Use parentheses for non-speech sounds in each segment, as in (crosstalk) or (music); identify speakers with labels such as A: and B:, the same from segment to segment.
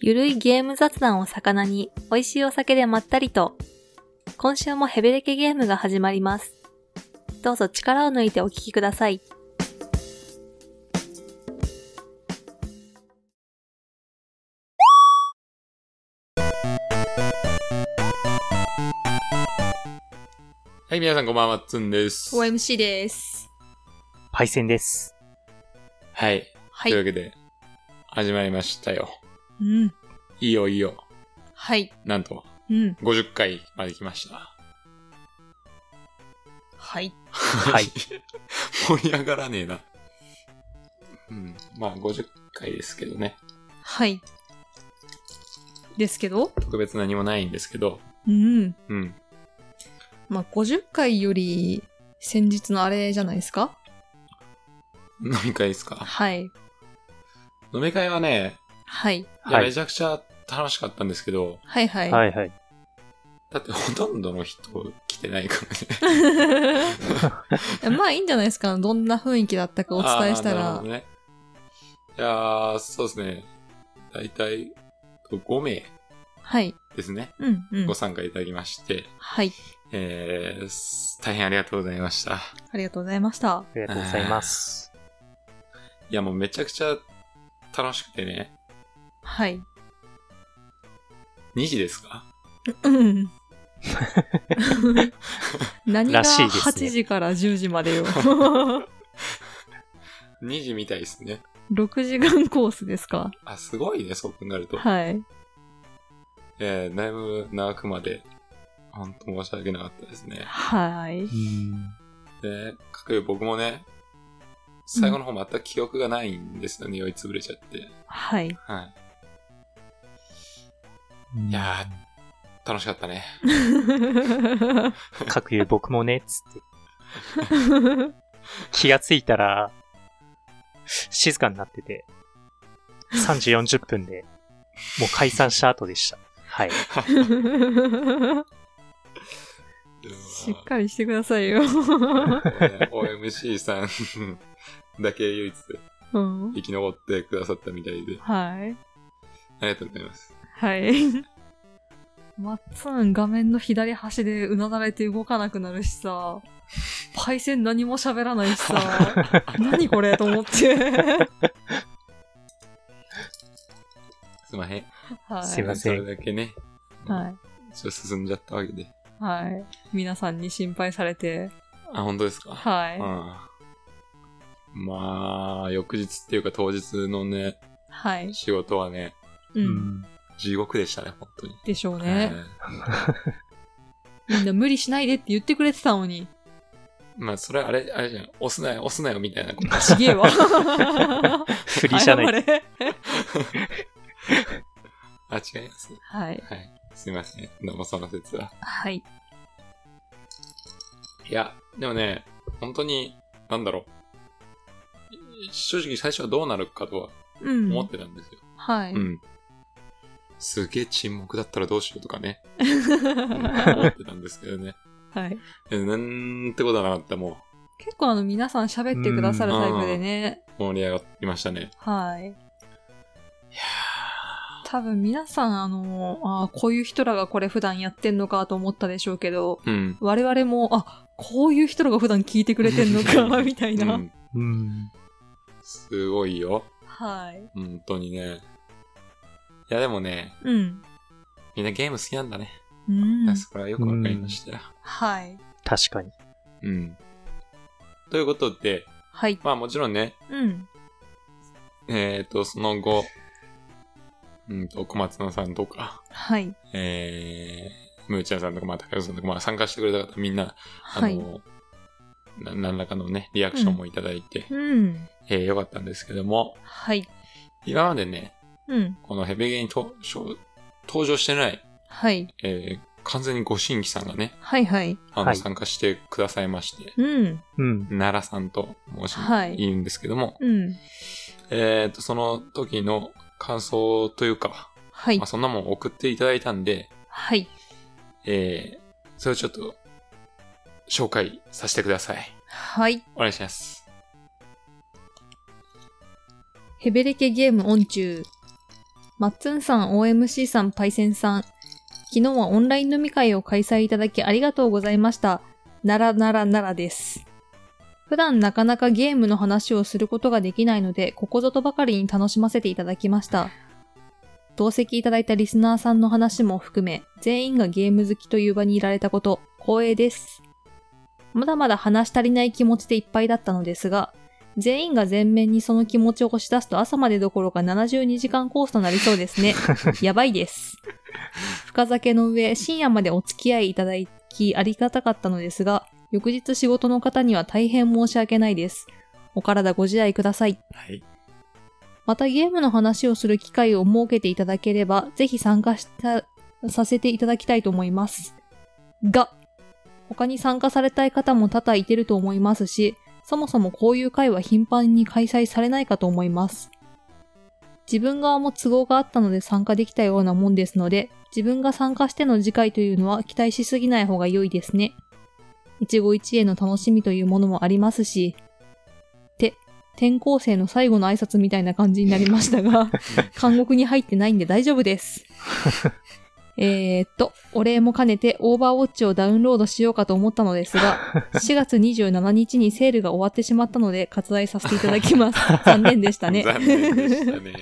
A: ゆるいゲーム雑談を魚に、美味しいお酒でまったりと。今週もヘベレケゲームが始まります。どうぞ力を抜いてお聞きください。
B: はい、皆さんこんばんは、つんです。はい。
C: OMC です。
D: パイセンです。
C: は
B: という
C: い。
B: わけで、始まりましたよ。
C: うん。
B: いいよ、いいよ。
C: はい。
B: なんと、
C: うん。
B: 50回まで来ました。
C: はい。
D: はい。
B: (laughs) 盛り上がらねえな。うん。まあ、50回ですけどね。
C: はい。ですけど、
B: 特別何もないんですけど。
C: うん。
B: うん。
C: まあ、50回より、先日のあれじゃないですか
B: 飲み会ですか
C: はい。
B: 飲み会はね、
C: はい。
B: いや
D: はい
B: めちゃくちゃ楽しかったんですけど、
C: はいはい。
D: はいはい。
B: だってほとんどの人来てないからね。
C: (laughs) まあ、いいんじゃないですかどんな雰囲気だったかお伝えした
B: (laughs) あーなる
C: ら
B: ほど。ね、いやー、そうですね。だいたい5名
C: はい。
B: ですね。
C: うんうん
B: ご。参加いただきまして、
C: はい。
B: えー、す大変ありがとうございました。
C: ありがとうございました。
D: ありがとうございます。
B: いや、もうめちゃくちゃ楽しくてね。
C: はい。
B: 2時ですか
C: うん。何が
D: らしいですね
C: 8時から10時までよ。 (laughs)
B: ?2 時みたいですね。
C: 6時間コースですか
B: あ、すごいね、そう考えると。
C: はい。
B: えー、だいぶ長くまで、ほんと申し訳なかったですね。
C: はい。
B: で、かくいう僕もね、最後の方全く記憶がないんですよね、酔いつぶれちゃって。 (laughs)
C: はい。 (laughs)
B: はい。
D: うん
B: いやー、楽しかったね。
D: かく言う僕もね、つって。気がついたら、静かになってて、3時40分で、もう解散した後でした。はい。
C: しっかりしてくださいよ。
B: ね OMC さん (laughs) だけ唯一
C: うん
B: 生き残ってくださったみたいで、
C: はい。
B: ありがとうございます。
C: はい。マッツン画面の左端でうなだれて動かなくなるしさ、パイセン何も喋らないし (laughs) さ、何これと思って。
B: すいません。
C: はい。
D: すいません
B: それだけね、
C: はい。
B: ちょっと進んじゃったわけで。
C: はい。皆さんに心配されて、
B: あ、本当ですか
C: はい。
B: うん。まあ、翌日っていうか当日のね、
C: はい。
B: 仕事はね、
C: うん。
B: 地獄でしたね、本当に。
C: でしょうね。
B: はい
C: みんな無理しないでって言ってくれてたのに。
B: まあ、それあれ、あれじゃん。押すなよ、押すなよ、みたいなこと。
C: ちげえわ。
D: 振りじゃない。
C: 謝れ
B: あ、違います。
C: はい。
B: はい。すいません。どうもその説は。
C: はい。
B: いや、でもね、本当に、なんだろう。正直最初はどうなるかとは
C: う
B: 思っ
C: ん。
B: てたんですよ。
C: はい。 (laughs)
B: うん。すげえ沈黙だったらどうしようとかね、
C: (laughs)
B: 思ってたんですけどね。
C: はい。
B: えなんてことはなかった、も
C: 結構あの皆さん喋ってくださるタイプでね。
B: う盛り上がりましたね。
C: はい。
B: いや
C: 多分皆さんあの、あーこういう人らがこれ普段やってんのかと思ったでしょうけど、
B: ーうん。
C: 我々も、あ、こういう人らが普段聞いてくれてんのか、みたいな。
B: うん
D: うん。
B: すごいよ。
C: はい。
B: 本当にね。いや、でもね、
C: うん。
B: みんなゲーム好きなんだね。
C: うん
B: いや。それはよくわかりましたよ。
C: はい。
D: 確かに。
B: うん。ということで、
C: はい。
B: まあもちろんね、
C: うん。
B: えっ、と、その後、うんと、小松菜さんとか、
C: はい。
B: えー、むーちゃんさんとか、まあ、高橋さんとか、まあ、参加してくれた方、みんな、あ
C: はい。
B: の、な何らかのね、リアクションもいただいて、
C: うん。
B: えーよかったんですけども、
C: はい。
B: 今までね、
C: うん。
B: このヘベゲにとしょ登場してない、
C: はい。
B: えー、完全にご新規さんがね、
C: はいはい。
B: あの、
D: はい
B: 参加してくださいまして、
C: うん。
D: うん。
B: 奈良さんと申し、、
C: はいい
B: 言うんですけども、
C: うん。
B: えっ、と、その時の感想というか、
C: はい
B: まあ、。そんなもん送っていただいたんで、
C: はい。
B: えー、それをちょっと、紹介させてください。
C: はい。
B: お願いします。
C: ヘベレケゲームオン中。マッツンさん、OMC さん、パイセンさん。昨日はオンライン飲み会を開催いただきありがとうございました。ならならならです。普段なかなかゲームの話をすることができないので、ここぞとばかりに楽しませていただきました。同席いただいたリスナーさんの話も含め、全員がゲーム好きという場にいられたこと、光栄です。まだまだ話し足りない気持ちでいっぱいだったのですが、全員が全面にその気持ちを押し出すと朝までどころか72時間コースとなりそうですね。やばいです。深酒の上、深夜までお付き合いいただきありがたかったのですが、翌日仕事の方には大変申し訳ないです。お体ご自愛ください。
B: はい。
C: またゲームの話をする機会を設けていただければ、ぜひ参加した、させていただきたいと思います。が、他に参加されたい方も多々いてると思いますし、そもそもこういう会は頻繁に開催されないかと思います。自分側も都合があったので参加できたようなもんですので、自分が参加しての次回というのは期待しすぎない方が良いですね。一期一会の楽しみというものもありますし、って、転校生の最後の挨拶みたいな感じになりましたが、監獄に入ってないんで大丈夫
B: (laughs)
C: です。えーっと、お礼も兼ねてオーバーウォッチをダウンロードしようかと思ったのですが、4月27日にセールが終わってしまったので割愛させていただき
B: (laughs)
C: ます。残念でしたね。
B: 残念でし
C: (laughs)
B: たね。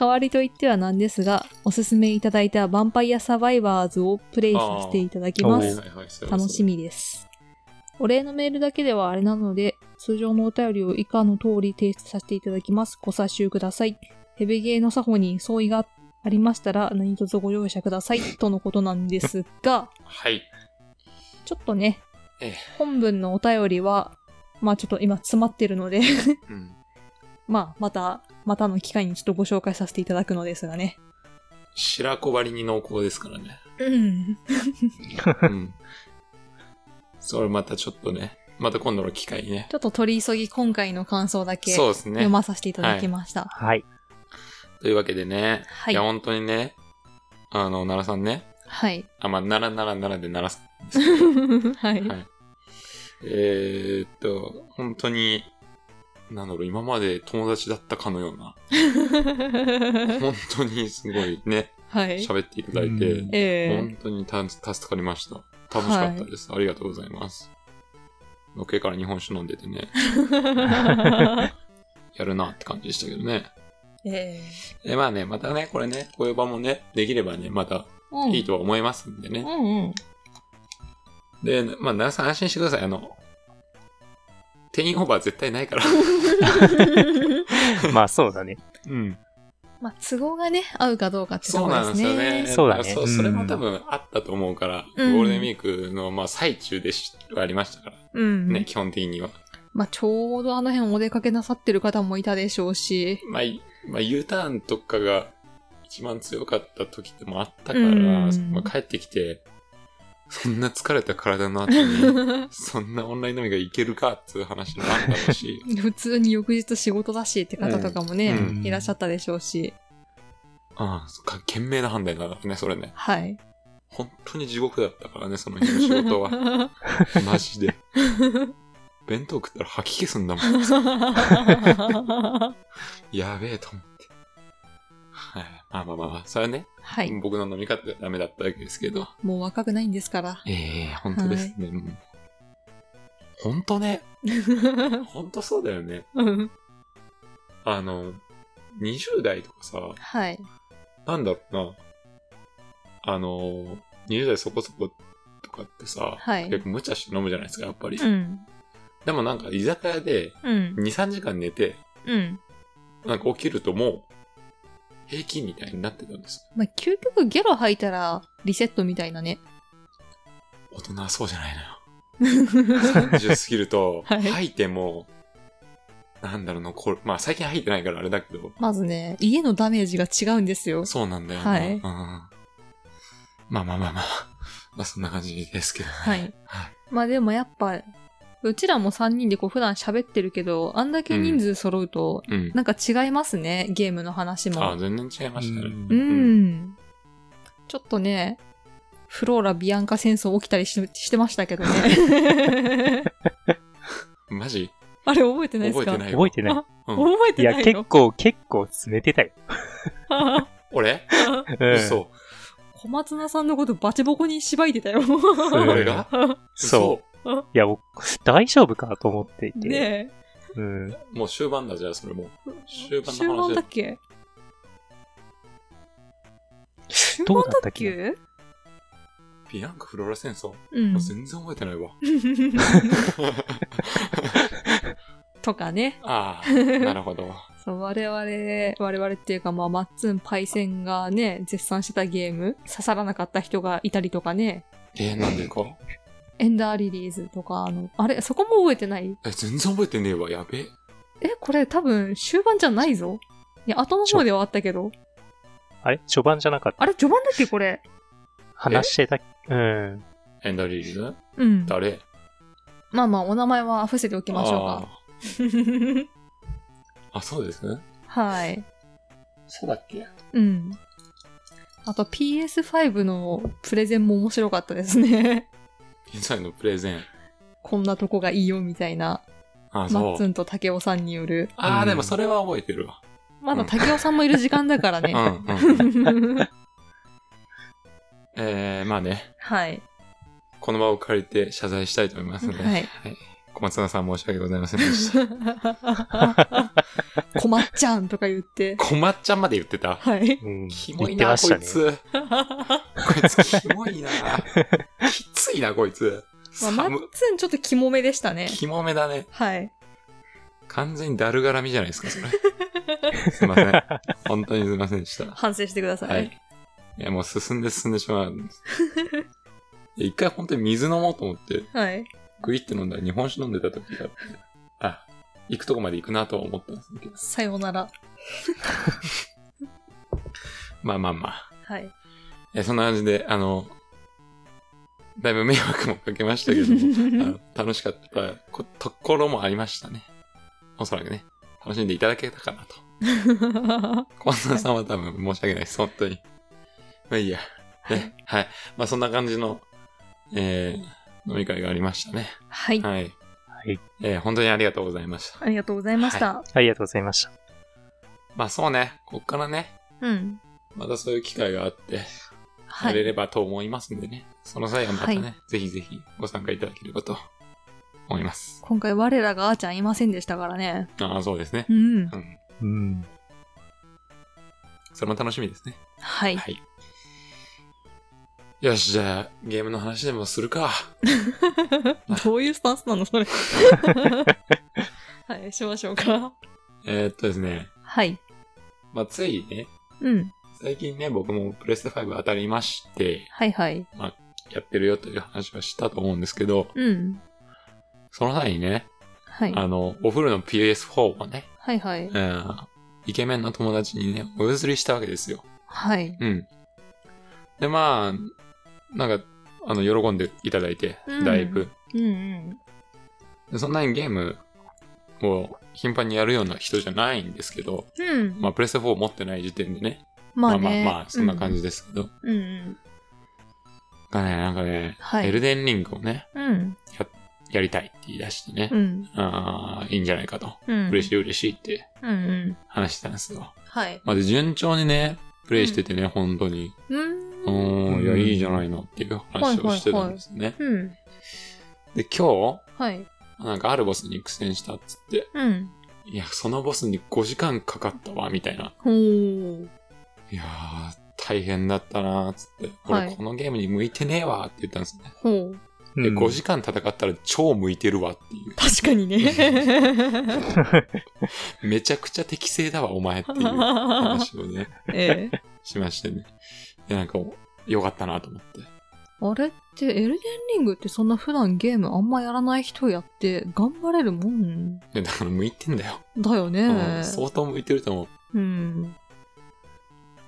C: 代わりと言ってはなんですが、おすすめいただいたヴァンパイアサバイバーズをプレイさせていただきま
B: は
C: す
B: い。はいはいそれはそう
C: 楽しみです。お礼のメールだけではあれなので、通常のお便りを以下の通り提出させていただきます。ご察しください。ヘベゲーの作法に相違がありましたら、何卒ご容赦ください。とのことなんですが、
B: (laughs) はい。
C: ちょっとね
B: ええ、
C: 本文のお便りは、まあちょっと今詰まってるので、 (laughs)
B: うん。
C: まあまた、またの機会にちょっとご紹介させていただくのですがね。
B: 白子張りに濃厚ですからね。
C: うん。
B: うん。それまたちょっとね、また今度の機会にね。
C: ちょっと取り急ぎ今回の感想だけ
B: そう
C: 読
B: ですね。
C: まさせていただきました。
D: はい。
B: というわけでね、、
C: はいい
B: や、。本当にね、あの、奈良さんね、
C: はい。
B: あ、まあ、奈良奈良奈良で奈良さん。 (laughs)
C: はい。
B: はいえー、っと、本当に、なんだろう、今まで友達だったかのような、本当にすごいね、 (laughs)
C: はい。
B: 喋っていただいて
D: うん、
C: え
B: 本当にた助かりました。楽しかったです。ありがとうございます。のっけから日本酒飲んでてね、
C: ー
B: やるなって感じでしたけどね。
C: え
B: (laughs) え、まあね、またね、これね、こういう場もね、できればね、また
C: ーうん
B: いいとは思いますんで
C: う
B: ね。
C: んうん。
B: で、まあ、奈良さん安心してください。あの、定員オーバー絶対ないから。
D: まあそ
B: (laughs)
D: うだね。
B: うん。
C: まあ、都合がね、合うかどうかってと
B: そう
C: こ
B: なん
C: ろで
B: です
C: す
B: よ
C: ね。
B: ね。
D: そうだね
B: からそうう、
D: ん
B: それも多分あったと思うから、
C: うん
B: ゴールデンウィークの、まあ、最中でしはありましたから
C: うん。
B: ね、基本的には。
C: まあ、ちょうどあの辺お出かけなさってる方もいたでしょうし。
B: まあ、いまあ、U ターンとかが一番強かった時でもあったか
C: う
B: ら、
C: ん
B: まあ、帰ってきて、そんな疲れた体の
C: (laughs)
B: 後に、そんなオンライン飲みがいけるかっていう話もあったろう
C: (laughs)
B: し、
C: 普通に翌日仕事だしって方とかもね、
B: うん
D: うん
C: いらっしゃったでしょうし。
B: ああ、そっか、賢明な判断だからね、それね。
C: はい。
B: 本当に地獄だったからね、その日の仕事
C: (laughs)
B: は。マジで。弁当食ったら吐き気すんだもん。やべえと思って。はい。まあまあまあまあ、それはね、
C: はい。
B: 僕の飲み方がダメだったわけですけど。
C: もう若くないんですから。
B: ええ本当ですね。うん本当ね。本当そうだよね。
C: (laughs) うん
B: あの、20代とかさ、
C: はい。
B: なんだろうな。あの、20代そこそことかってさ、
C: はい
B: 結構無茶して飲むじゃないですか、やっぱり。
C: うん。
B: でもなんか居酒屋で
C: うん。
B: 2、3時間寝て、
C: うん。
B: なんか起きるともう、平均みたいになってたんです
C: まあ、究極ゲロ吐いたらリセットみたい (laughs) なね。
B: よ。大人はそうじゃないのよ。30過ぎると、
C: (laughs) はい
B: 吐いても、なんだろうな、これ、まあ最近吐いてないからあれだけど、
C: まずね、家のダメージが違うんですよ。
B: そうなんだよな、
C: はい
B: うん。まあまあまあまあ、まあそんな感じですけどね。
C: はい。
B: はい。
C: まあでもやっぱ、うちらも3人でこう普段喋ってるけど、あんだけ人数揃うと、
B: うん。
C: なんか違いますね、ゲームの話
B: あ、
C: も。
B: 全然違いました
D: う
B: ね。
C: うんん。ちょっとね、フローラ・ビアンカ戦争起きたりししてましたけど (laughs) ね。
B: マジ
C: あれ覚えてないです
B: 覚え
C: か
B: てないわ
D: 覚えてない。
B: うん
C: 覚え
D: い
C: てない
D: や、
C: の
D: 結構、結構詰めてたよ。
B: 俺
D: うん
B: 嘘。
C: (laughs) 小松菜さんのことバチボコにしばいてた (laughs) よ。
D: ん
B: 俺 (laughs) が。
D: そういや、僕、大丈夫かと思っていて。
C: ね
D: うん。
B: もう終盤だ、じゃあ、それもう。
C: え。
B: 終盤
C: 終
B: の話
C: 盤
B: だ
C: だっけ終
D: どう
C: 盤
D: だ
C: だ
D: った
C: っ
D: っけ
C: け
B: ビアンカフローラ戦争、
C: うん
B: もう。全然覚えてないわ。
C: (laughs) とかね。
B: ああ、なるほど。
C: そう、我々、我々っていうか、まあ、マッツンパイセンがね、絶賛してたゲーム、刺さらなかった人がいたりとかね、
B: えー、なんでか
C: エンダーリリーズとか、あの、あれ、そこも覚えてない
B: え、全然覚えてねえわ。やべえ。
C: え、これ多分終盤じゃないぞ。いや、後の方ではあったけど。
D: あれ序盤じゃなかった。
C: あれ、序盤だっけ、これ。
D: 話してた。うん。
B: エンダーリリーズ
C: うん。
B: 誰
C: まあまあ、お名前は伏せておきましょうか。
B: あーあ、そうですね。
C: はい。
B: そうだっけ
C: うん。あと PS5 のプレゼンも面白かったですね。 (laughs)
B: 現在のプレゼン。
C: こんなとこがいいよみたいな、
B: あ、
C: マ
B: そ
C: ッツ
B: う。
C: ンと竹雄さんによる。
B: ああ、でもそれは覚えてるわ。
C: まだ竹雄さんもいる時間だから
B: う
C: ね
B: ん、。うん。 (laughs) えー、まあね、
C: (laughs) はい。 (laughs)
B: この場を借りて謝罪したいと思いますので、
C: はい
B: 小松菜さん申し訳ございませんでした。
C: (laughs) 困っちゃんとか言って。
B: 小松ちゃんまで言ってた
C: はい。
B: (laughs)
D: うん、
B: キモい
D: 言って
B: な、
D: ま
B: こ
D: した
B: い
D: ね。
B: つ。こいつキモいな。きついな、こいつ。
C: まあ、マ
B: 寒
C: ッツンちょっとキモめでしたね。
B: キモめだね。
C: はい。
B: 完全にだるがらみじゃないですか、それ。すいません。本当にすいませんでした。
C: 反省してください。
B: はい。いや、もう進んで進んでしまうんです。いや一回本当に水飲もうと思って、
C: はい。
B: グイって飲んだら日本酒飲んでた時があって、あ、行くとこまで行くなとは思ったんですけど。
C: さようなら。
B: まあまあまあ。
C: はい。
B: えそんな感じで、あの、だいぶ迷惑もかけましたけど
C: (laughs)
B: も、あの楽しかったこところもありましたね。おそらくね、楽しんでいただけたかなと。小松菜さんは多分申し訳ないです、本当に。まあいいや。ね、はい。まあそんな感じの、えー、飲み会がありましたね。
C: (laughs) はい。
B: はい。
D: はい。
B: えー本当にありがとうございました。
C: ありがとうございました。
D: ありがとうございました。
B: まあそうね、こっからね、
C: うん。
B: またそういう機会があって、
C: は
B: やれ
C: い。
B: ればと思いますんでね。その際はまたね、
C: は
B: ぜひぜひご参加いただければと思います。
C: 今回我らがあーちゃんいませんでしたからね。
B: ああ、そうですね。
C: うん。
B: うん。
D: うん。
B: それも楽しみですね。
C: はい。 (laughs)
B: はい。よし、じゃあ、ゲームの話でもするか。
C: どういうスタンスなのそ (laughs) れ。はい、しましょうか。
B: えー、っとですね。
C: はい。
B: まあ、ついね、
C: うん。
B: 最近ね、僕もプレステ5当たりまして、
C: はいはい。
B: やってるよという話はしたと思うんですけど、
C: うん。
B: その際にね、
C: はい。
B: あの、お風呂の PS4 をね、
C: はいはい。
B: うん、イケメンの友達にね、お譲りしたわけですよ。
C: はい。
B: うん。で、まあ、なんか、あの、喜んでいただいて
C: う、ん
B: だいぶ。
C: うんうん。
B: でそんなにゲームを頻繁にやるような人じゃないんですけど、
C: うん。
B: まあ、プレステ4持ってない時点でね。
C: まあ
B: まあま
C: ね。
B: あまあ、そんな感じですけど。
C: うん。うん
B: がね、なんかね、
C: はい
B: エルデンリングをね、
C: うん。うん。
B: やりたいって言い出してね、
C: うん。
B: ああ、いいんじゃないかと。
C: うん。
B: 嬉し
C: い。
B: い嬉しいって
C: うんうん。
B: 話してたんですよ。
C: はい。
B: まあ、で、順調にね、プレイしててね、本当に。
C: う
B: う
C: ーん。
B: ーん、いや、いいじゃないのっていう話をしてたんですね。
C: うん。
B: で、今日、
C: はい。
B: なんかあるボスに苦戦したっつって、
C: うん。
B: いや、そのボスに5時間かかったわ、みたいな。
C: ほー。
B: いやー、大変だったなーっつって、俺、
C: はい
B: このゲームに向いてねえわーって言ったんですね。
C: ほう。
D: う
B: で、
D: ん
B: 5時間戦ったら超向いてるわってい
C: 確かに
B: (laughs)
C: ね。
B: う、めちゃくちゃ適正だわ、お前っていう話
C: (laughs)
B: をね、
C: ええ。
B: しましてね。で、なんか、よかったなと思って。
C: あれって、エルデンリングってそんな普段ゲームあんまやらない人やって頑張れるもん
B: で、だから向いてんだよ。
C: だよ
B: うん
C: ね。
B: 相当向いてると思う。
C: うん。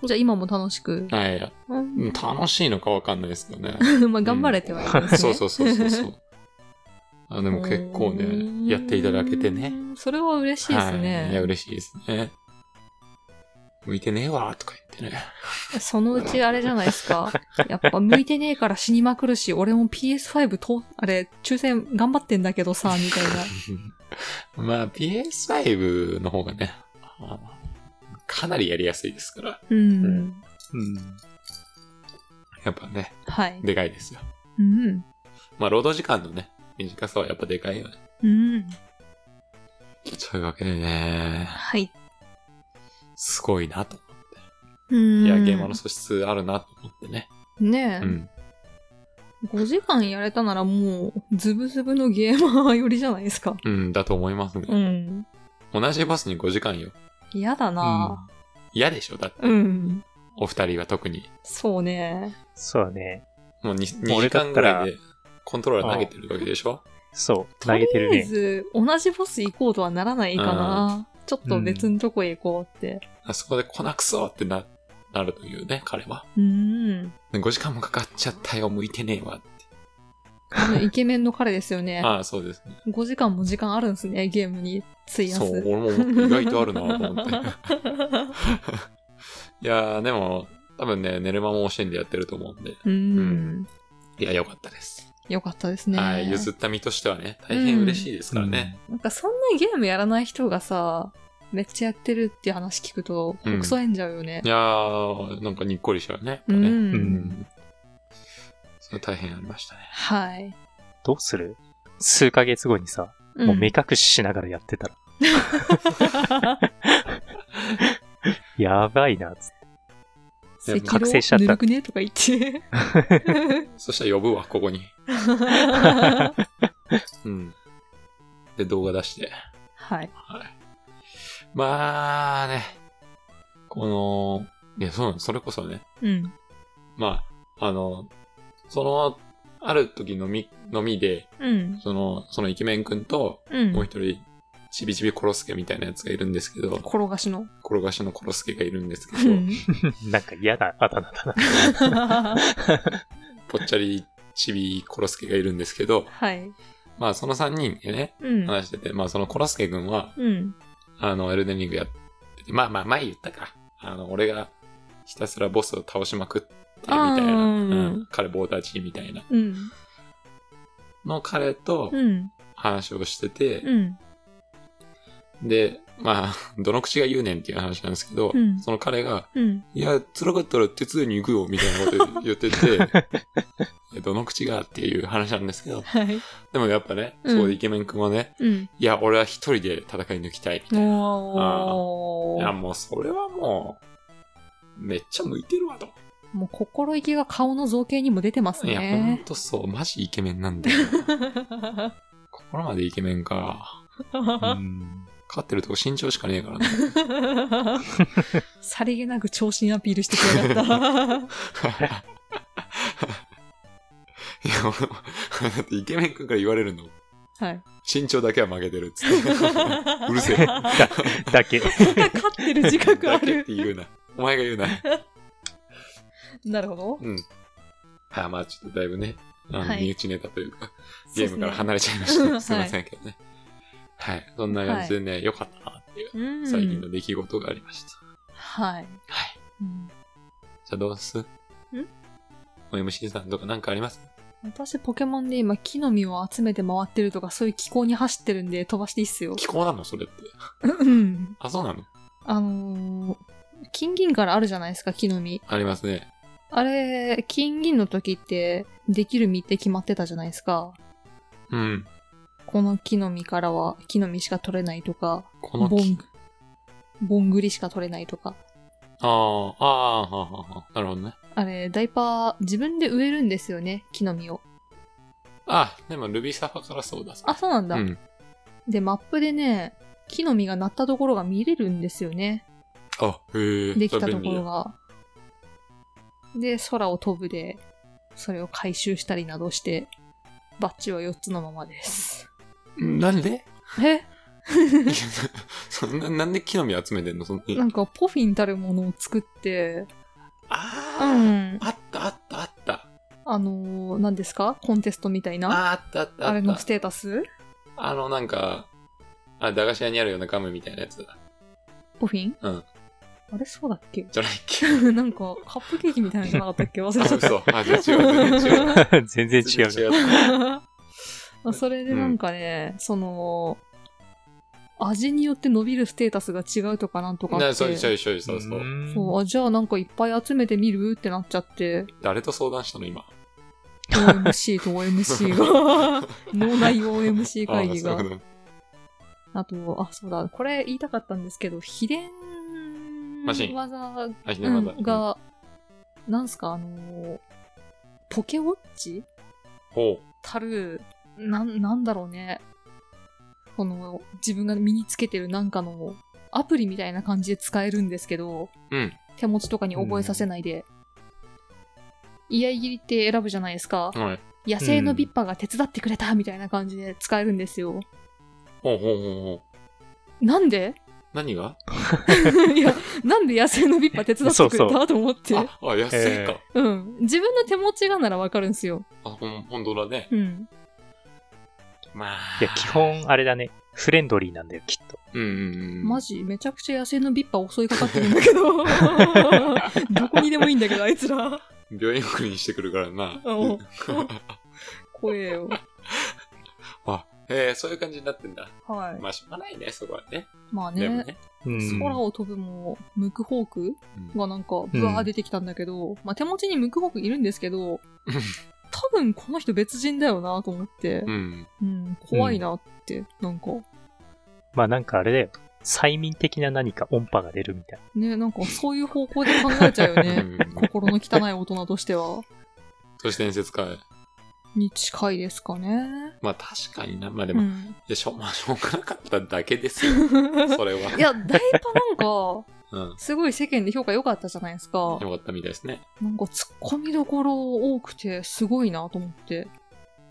C: じゃあ今も楽しく。
B: あいや、
C: う
B: うん
C: ん。
B: 楽しいのかわかんないですけどね。
C: (laughs) まあ頑張れってはいますね。
B: そうそうそうそうそう。あでも結構ね、やっていただけてね。。
C: それは嬉しいです
B: はい、いや、
C: ね。
B: 嬉しいですね。向いてねえわ、とか言ってね。 (laughs)
C: そのうちあれじゃないですか。やっぱ向いてねえから死にまくるし、俺も PS5 と、あれ、抽選頑張ってんだけどさ、みた
B: (laughs)
C: いな。
B: まあ、PS5 の方がね、あのかなりやりやすいですから、
C: うん。
D: うんうん。
B: やっぱね、
C: はい。
B: でかいですよ。
C: うん。
B: まあ、労働時間のね、短さはやっぱでかいよね。
C: うん。
B: そういうわけでね、
C: はい。
B: すごいなと。
C: うん。
B: いや、現場の素質あるなと思ってね。
C: ねえ、
B: うん。
C: 5時間やれたならもう、ズブズブのゲーマーよりじゃないですか。
B: うん、だと思いますね。
C: うん。
B: 同じバスに5時間よ。
C: 嫌だな
B: 嫌でしょだって、
C: うん。
B: お二人は特に。
C: そうね。
D: そうだね。
B: もう 2,
D: も
B: 時
D: う俺だ
B: 間
D: っ
B: ぐ
D: たら
B: らいでコントローラー投げてるわけでしょ
D: そう、
C: と
D: 投
C: り
D: げてる
C: あえ
D: ね。
C: ず、同じボス行こうとはならないかな。ちょっと別のとこへ行こうって。
B: あそこで来なくそってな、なるというね、彼は。
C: うん。
B: 5時間もかかっちゃったよ、向いてねえわ。
C: あのイケメンの彼ですよね。
B: (laughs) ああ、そうですね。
C: 5時間も時間あるんですね、ゲームに費やす。
B: そう、俺も思った意外とあるなと思って。
C: (laughs)
B: いやー、でも、多分ね、寝る間も惜しんでやってると思うんで。
C: うん。
B: いや、よかったです。
C: よかったですね。
B: はい、譲った身としてはね、大変嬉しいですからね。
C: なんかそんなゲームやらない人がさ、めっちゃやってるっていう話聞くと、
B: うん
C: クソえんじゃうよね
B: い。やー、なんかにっこりしちゃうね。やっぱ
C: うん。
B: ね
D: うん。
B: それ大変ありましたね。
C: はい。
D: どうする数ヶ月後にさ、もう目隠ししながらやってたら、
C: (laughs)
D: やばいな、つって。
C: うん、
B: でも
D: 覚醒しちゃった
C: 赤道ぬるくねとか言って。
D: (laughs)
B: そしたら呼ぶわ、こ
C: (laughs)
B: こに。うん。で、動画出して。
C: はい。
B: はい。まあね。この、いや、そうなの、それこそね。
C: うん。
B: まあ、あの、その、ある時のみ、飲みで、
C: うん。
B: その、そのイケメン君と、
C: うん。
B: もう一人、ちびちびコロスケみたいなやつがいるんですけど、
C: 転がしの。
B: 転がしのコロスケがいるんですけ
C: う
B: ど、
C: ん (laughs)
D: なんか嫌なあだ名だな。
B: ぽっちゃりちびコロスケがいるんですけど、
C: はい。
B: まあその三人でね、
C: うん。
B: 話してて、まあそのコロスケ君は、
C: うん。
B: あの、エルデンリングやってて、まあまあ前言ったか。あの、俺がひたすらボスを倒しまくって、みたいな、
C: あー
B: うん、彼棒立ちみたいな、
C: うん。
B: の彼と
C: うん。
B: 話をしてて、
C: うん。
B: で、まあ、 (laughs) どの口が言うねんっていう話なんですけど、
C: うん
B: その彼が、
C: うん。
B: いや、辛かったら手伝いに行くよ、みたいなこと言って
C: (laughs)
B: て、いやどの口がっていう話なんですけど、
C: はい。
B: でもやっぱね、
C: うん
B: そうイケメン君はね、
C: うん。
B: いや、俺は一人で戦い抜きたい。
C: お
B: いや、
C: ー。
B: もうそれはもう、めっちゃ向いてるわと。
C: もう心意気が顔の造形にも出てます
B: いや、ほん
C: ね。
B: とそう、マジイケメンなんだよ。心までイケメンか。
D: うん。
B: 勝ってるとこ身長しかね
C: (laughs)
B: えからね。
C: (laughs) さりげなく長身アピールしてく
B: (laughs)
C: れやがっ
B: いや、俺も、だってイケメン君から言われるの、
C: た。はい。
B: 身長だけは負けてるっつって。うるせ
C: (laughs)
B: え
C: 勝
D: だ (laughs) け。
C: ってる自覚あ
B: だけっ
C: る
B: て。言うな。お前が言うな。
C: なるほど。
B: うん。あまあちょっとだいぶね、あの
C: はい
B: 身内ネタというか、
C: そう
B: ゲ
C: で
B: ー
C: す
B: ム
C: ね
B: から離れちゃいました。
C: (laughs) はい
B: すいませんけどね。はい。そんな感じでね、良、かったなっていう、
C: うん
B: 最近の出来事がありました。
C: はい。
B: はい。
C: うん
B: じゃあどうすん ?MC さんとかなんかあります
C: 私、ポケモンで今、木の実を集めて回ってるとか、そういう気候に走ってるんで、飛ばしていいっすよ。
B: 気候なのそれって。
C: うん
B: あ、そうなの
C: あのー、金銀からあるじゃないですか、木の実。
B: ありますね。
C: あれ、金銀の時って、できる実って決まってたじゃないですか。
B: うん。
C: この木の実からは、木の実しか取れないとか、
B: こ
C: ボ
B: の
C: ン
B: 気、
C: ボングリしか取れないとか。
B: あーあー、あーあーあー、なるほどね。
C: あれ、ダイパー、自分で植えるんですよね、木の実を。
B: あ、でもルビーサファからそうだ。
C: あ、そうなんだ。
B: うん。
C: で、マップでね、木の実がなったところが見れるんですよね。
B: あ、へえ。
C: できたと
B: それ
C: こ
B: 便利
C: ろ
B: だ。
C: が。で、空を飛ぶで、それを回収したりなどして、バッジは4つのままです。
B: なんで (laughs)
C: え
B: いやそんな、なんで木の実集めてんのそんなに
C: なんかポフィンたるものを作って、
B: あ
C: う
B: あ、
C: ん。
B: あったあったあった。
C: あのー、何ですかコンテストみたいな。あ
B: ああったあったあった。
C: れのステータス
B: あのなんか、あ、駄菓子屋にあるようなガムみたいなやつだ。
C: ポフィン
B: うん。
C: あれそうだっけ (laughs)
B: じゃないっけ。
C: なんか、カップケーキみたいなのじゃなかったっけ忘れち
B: あ、
C: ゃった。
B: 嘘。あ、じゃあ
C: (laughs)
B: 違う。全然違う。
D: 全然違うな。
B: う。
C: まあそれでなんかね、その、味によって伸びるステータスが違うとかなんとかって。
B: なそう一
C: そ
B: 緒
C: う
B: 一緒一緒そうそう。
C: あ、じゃあなんかいっぱい集めてみるってなっちゃ
B: (laughs)
C: って、
B: 誰と相談したの今。
C: OMC と OMC
B: (laughs)
C: が、脳内 OMC 会議
B: あ
C: が
B: ー。そう
C: あと、あ、そうだ、これ言いたかったんですけど、秘伝
B: マシン
C: 技
B: あひ
C: う
B: ねまだ。
C: んが、なんすか、あのーポケウォッチ
B: ほ
C: たる、なん、なんだろうね。この、自分が身につけてるなんかの、アプリみたいな感じで使えるんですけど、
B: う。うん。
C: 手持ちとかに覚えさせないで。居合切りって選ぶじゃないですか。
B: はい。
C: 野生のビッパが手伝ってくれたみたいな感じで使えるんですよ。
B: ほうほうほうほう。
C: なんで (laughs)
B: 何が
C: いや、なんで野生のビッパ手伝ってく
D: そ
C: れ
D: うそ
C: たと思って。
B: あ、あ、安いか。
C: うん。自分の手持ちがならわかるんですよ。
B: あ、ほん、ほんとだね。
C: うん。
B: まあ。
D: いや、基。本、あれだね。フレンドリーなんだよ、きっと。
B: うんうんうん。
C: マジ、めちゃくちゃ野生のビッパ襲いかかってるんだけど。 (laughs) どこにでもいいんだけど、あいつら。
B: 病院送りにしてくるからな。
C: うん
B: (laughs)
C: 怖えよ。
B: あ、へえ、そういう感じになってんだ。
C: はい。
B: まあ、しょうがないね、そこはね。
C: まあ
B: でも
C: ね、
B: ね。
D: うん
C: 空を飛ぶも、ムクホーク
B: うん
C: がなんか、ブワー出てきたんだけど、まあ手持ちにムクホークいるんですけど、多分この人別人だよなと思って
B: う、ん。
C: うん、怖いなって、なんか、
D: まあなんかあれだよ。催眠的な何か音波が出るみたいな。
C: ね、なんかそういう方向で考えちゃうよ
B: う
C: ね。
B: ん
C: 心の汚い大人としては。
B: 都市伝説か。
C: に近いですかね。
B: まあ、確かにな。まあで
C: で
B: も、
C: う
B: い
C: ん、
B: や、しょう、まあ、しょうがなかっただけで
C: (laughs)
B: すよ。それは。
C: いや、ダイパなんか、
B: うん。
C: すごい世間で評価良かったじゃないですか。
B: よかったみたいですね。
C: なんか突っ込みどころ多くて、すごいなと思って。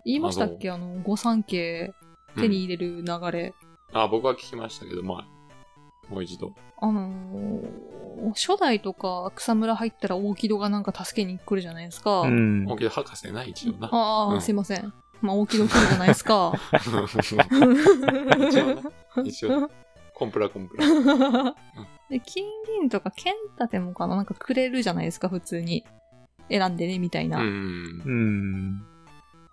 C: 言いましたっけあの、御三家手に入れる流れ。
B: あ、僕は聞きましたけど、まあ、もう一度。
C: あのー初代とか草むら入ったら大木戸がなんか助けに来るじゃないですか。
D: うん
B: もう。けど博士ない、一応な。
C: ああ、
B: うん
C: すいません。まあ、大木戸来るじゃないですか。
B: 一応な。一応。コンプラコンプラ。
C: (laughs) で、金銀とか剣盾もかななんかくれるじゃないですか、普通に。選んでね、みたいな。
B: うん。
D: うん。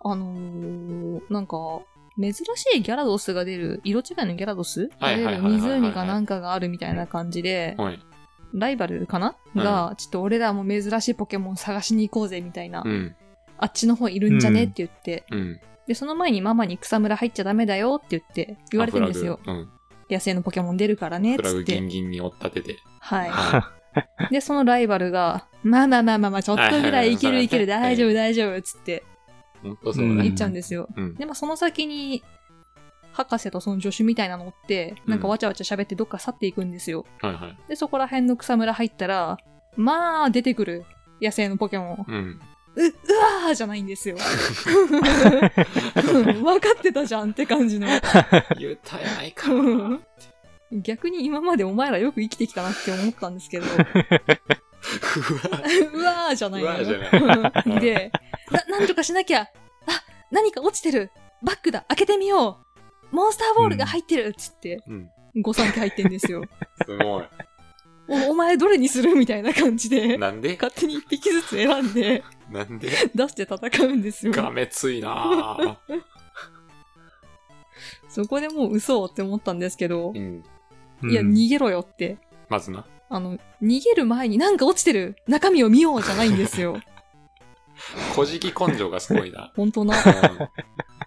C: あのー、なんか、珍しいギャラドスが出る、色違いのギャラドス
B: は
C: が
B: いはい
C: 出
B: はい
C: る
B: はいはい
C: 湖かなんかがあるみたいな感じで、
B: はい。
C: ライバルかな、
B: うん
C: が、ちょっと俺らも珍しいポケモン探しに行こうぜ、みたいな、
B: うん。
C: あっちの方いるんじゃねって言って、
B: うん。
C: で、その前にママに草むら入っちゃダメだよって言って、言われてるんですよ
B: あ。フラグうん。
C: 野生のポケモン出るからね、っ
B: フラ
C: つ
B: グ
C: っ
B: ギ
C: て。
B: ンギンに追っ立てて。
C: はい。
B: は
C: で、そのライバルが、まあまあまあまあまあ、ちょっとぐらいいけるいける、
B: はいはいはい
C: 大丈夫大丈夫、つって
B: い。ほんとそうだ
C: 言
B: ね
C: っ。ちゃうんですよ。
B: うん。
C: で、まあその先に、博士とその助手みたいなのって、なんかわちゃわちゃ喋ってどっか去っていくんですよ。
B: はいはい。
C: で、そこら辺の草むら入ったら、まあ出てくる、野生のポケモン。 (laughs)
B: うん。
C: う、うわーじゃないん
B: (laughs)
C: ですよ。分かってたじゃんって感じの。
B: 言うたやないかな。
C: 逆に今までお前らよく生きてきたなって思ったんです
B: (laughs)
C: けど、
B: うわ
C: うわーじゃないの
B: うわーじゃ
C: よ。
B: い
C: で、な、なんとかしなきゃ。あ、何か落ちてる。バッグだ。開けてみよう。モンスターボールが入ってる。つって、
B: うん。
C: ご三家入ってんですよ。 (laughs)
B: すごい。
C: お、お前どれにするみたいな感じで、
B: なんで
C: 勝手に一匹ずつ選んで、 (laughs)
B: なんで
C: 出して戦うんですよ。
B: がめついなぁ。
C: そこでもう嘘って思ったんですけど
B: う、ん。
C: いや、
D: (laughs) うん
C: 逃げろよって。
B: まずな。
C: あの、逃げる前になんか落ちてる中身を見ようじゃないんですよ。。
B: 小じき根性がすごいな
C: 本当な。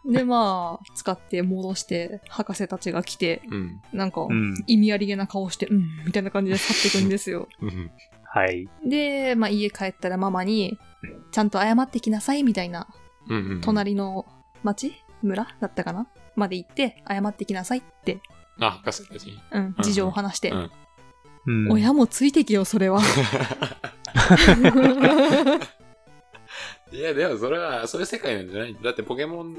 B: う
C: で、まあ、使って戻して、博士たちが来て、
B: んうん。
C: なんか、
D: うん。
C: 意味ありげな顔して、うん、みたいな感じで去っていくんですよ。
B: うん。
D: はい。
C: で、まあ、家帰ったらママに、ちゃんと謝ってきなさい、みたいな、
B: うんうん。
C: 隣の町村だったかなまで行って、謝ってきなさいって、
B: あ、博士たちに。
C: うん、事情を話して、
B: うん
D: うん
C: 親もついてきよ、それは。
B: いや、でもそれは、そういう世界なんじゃないだってポケモン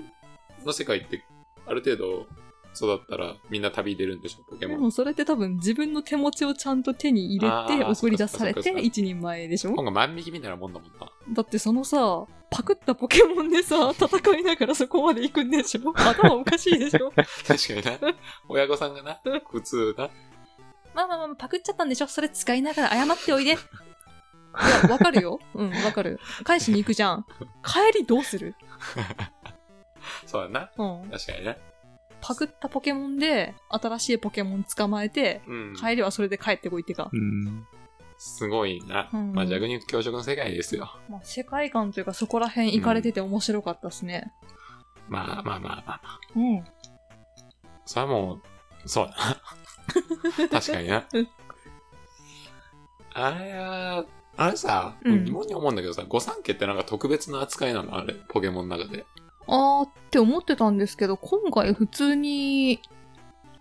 B: の世界って、ある程度育ったらみんな旅出るん (laughs) でしょ、ポケ
C: で
B: モン。
C: もそれって多分自分の手持ちをちゃんと手に入れて
B: あー
C: 送り出され
B: そっかそっかそっか
C: て一人前でしょ
B: 今後万引きみたいなもんだもんな。
C: だってそのさ、パクったポケモンでさ、
B: (laughs)
C: 戦いながらそこまで行くんでしょ頭おかしいでしょ
B: 確かにな。親御さんがな、普通な。
C: まあまあまあ、パクっちゃったんでしょそれ使いながら謝っておいで。いや、わかるよ。うん、わかる。返しに行くじゃん。帰りどうする
B: そうだな。
C: うん。
B: 確かにな。
C: パクったポケモンで、新しいポケモン捕まえて、
B: うん。
C: 帰りはそれで帰ってこいってか。
D: うん。
B: すごいな。
C: うん
B: まあ、弱肉強食の世界ですよ。
C: まあ、世界観というかそこら辺行かれてて面白かったですね。
B: まあまあまあまあ。
C: うん。
B: それはもう、そうだ
C: (laughs)
B: な。確かにな
C: うん。
B: あれは、あれさ、
C: うん
B: 疑問に思うんだけどさ、御三家ってなんか特別な扱いなのあれ、ポケモンの中で。
C: あーって思ってたんですけど、今回普通に、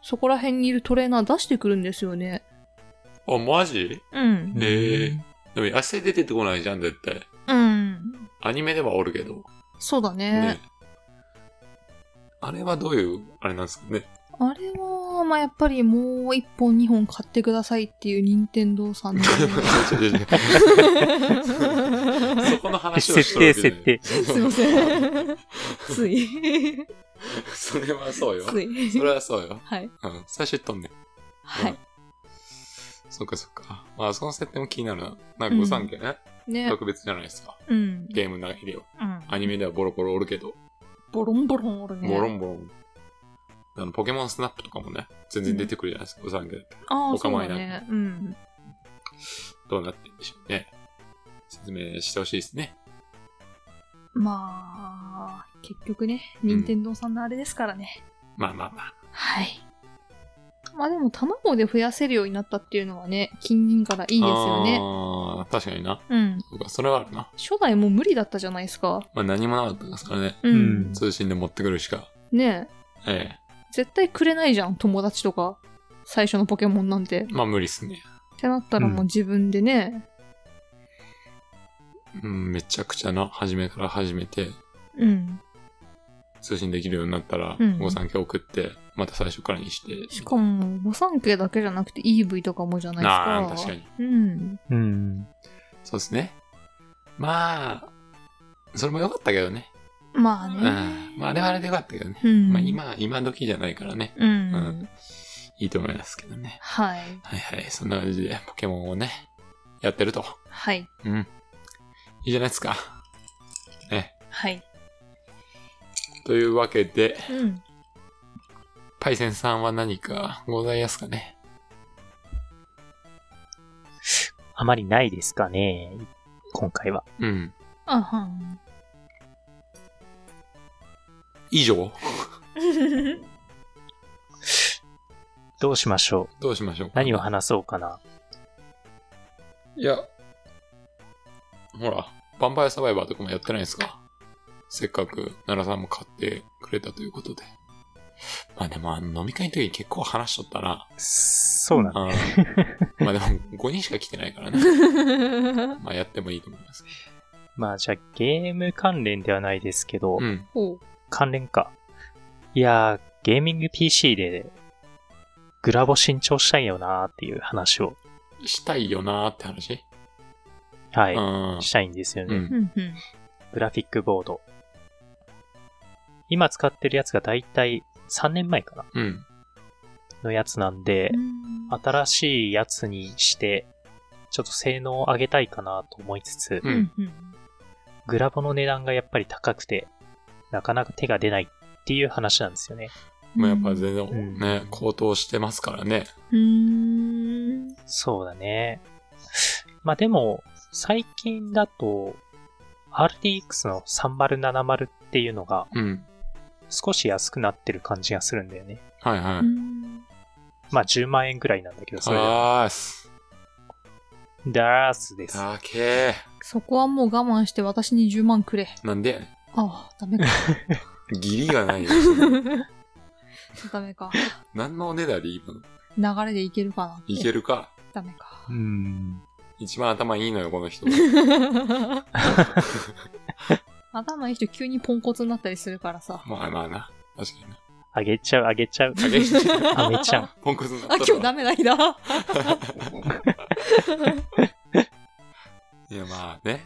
C: そこら辺にいるトレーナー出してくるんですよね。
B: あ、マジ
C: うん。
B: へえでも野生で出てこないじゃん、絶対。
C: うん。
B: アニメではおるけど。
C: そうだね。
B: ね。あれはどういう、あれなんですかね。 (laughs)
C: あれは、まあ、やっぱりもう一本二本買ってくださいっていう任天堂さん (laughs) の。
B: ちょちょちょそこの話をし
D: 設
B: とる
D: 定、
B: わけじゃ
D: 設定。
C: すいません。つい。
B: それはそうよ。
C: つい。
B: それはそうよ。
C: はい。
B: うん。最初言っとんね。
C: は
B: うん
C: い。
B: そっかそっか。まあ、その設定も気になるな。なんか御三家ね、
C: ね。
B: 特別じゃないですか。
C: うん。
B: ゲームの中では。
C: うん
B: アニメではボロボロおるけど、
C: ボロンボロンおるね。
B: ボロンボロン。あの、ポケモンスナップとかもね、全然出てくるじゃないですか、御三家だって。
C: ああ、
B: お
C: そう
B: 構い
C: だ
B: なく
C: ね。うん。
B: どうなってるんでしょうね。説明してほしいですね。
C: まあ、結局ね、任天堂さんのあれですからね。
B: まあまあまあ。
C: はい。まあでも卵で増やせるようになったっていうのはね、近隣からいいですよね。
B: あー確かにな。
C: うん。
B: そうか、それはあるな。
C: 初代もう無理だったじゃないですか。
B: まあ何もなかったですからね。
C: うん。
D: うん
B: 通信で持ってくるしか。
C: ねえ。
B: え
C: 絶対くれないじゃん、友達とか。最初のポケモンなんて。
B: え。まあ無理っすね。
C: ってなったらもう自分でね。
B: うん、めちゃくちゃな、初めから始めて、
C: うん。
B: 通信できるようになったら
C: うん、
B: ご参加送って、また最初からにして。
C: しかも、御三家だけじゃなくて EV とかもじゃないですか。
B: ああ、確かに。
C: うん。
D: うん。
B: そうですね。まあ、それも良かったけどね。
C: まあ
B: う
C: ね。
B: ん。まああれはあれで良かったけどね。
C: うん。
B: まあ今、今時じゃないからね。
C: うん。
B: うんいいと思いますけどね。
C: はい。
B: はいはい、そんな感じでポケモンをね、やってると。
C: はい。
B: うん。いいじゃないですか。ね。
C: はい。
B: というわけで、
C: うん。
B: パイセンさんは何かございますかね
D: あまりないですかね。今回は。
B: うん。
C: あはん。
B: 以上
D: どうしましょう。
B: どうしましょうか
D: 何を話そうかな。
B: いや、ほら、ヴァンパイアサバイバーとかもやってないですかせっかく奈良さんも買ってくれたということで。まあでも、あの飲み会の時に結構話しとったな。
D: そうなんだ。 (laughs)
B: うんまあでも、5人しか来てないからね。まあやってもいいと思いますけ
D: まあじゃあゲーム関連ではないですけ
B: ど。
D: ど、
B: うん。
C: (laughs) ほう。
D: 関連か。いやー、ゲーミング PC でグラボ新調したいよなーっていう話を、
B: したいよなーって話。
D: はい、
B: うん
D: したいんですよ
B: う
D: ね、
B: ん。
C: うんうん。
D: グラフィックボード。今使ってるやつがだいたい3年前かな
B: うん。
D: のやつなんで、
C: うん
D: 新しいやつにして、ちょっと性能を上げたいかなと思いつつ、
B: う
C: うんん。
D: グラボの値段がやっぱり高くて、なかなか手が出ないっていう話なんですよね。
B: もうやっぱ全然、
D: ん
B: ね、高騰してますからね。
C: うーん。
D: そうだね。まあでも、最近だと、RTX の3070っていうのが
B: うん。
D: 少し安くなってる感じがするんだよね。
B: はいは
C: う
B: い。
C: ん
D: まあ10万円ぐらいなんだけど、それでも。
B: あーす。
D: ダースです。
B: たけ
C: そこはもう我慢して私に10万くれ。
B: ー。なんで
C: ああ、ダメか。
B: ギリが
D: (laughs)
B: ないよ。
C: (laughs) ダメか。
B: 何のおねだり今の。
C: 流れでいけるかな。
B: いけるか。
C: ダメか。 (laughs)
D: うん。
B: 一番頭いいのよ、この
D: (laughs)
B: 人。
C: 頭いい人急にポンコツになったりするからさ。
B: まあまあな。確かにな。
D: あげちゃう、あげちゃう。
B: あげちゃう
D: あげちゃう。
B: ポンコツになった
C: あ、今日ダメ
B: メ。
C: な日だ。
B: (laughs) いや、まあね。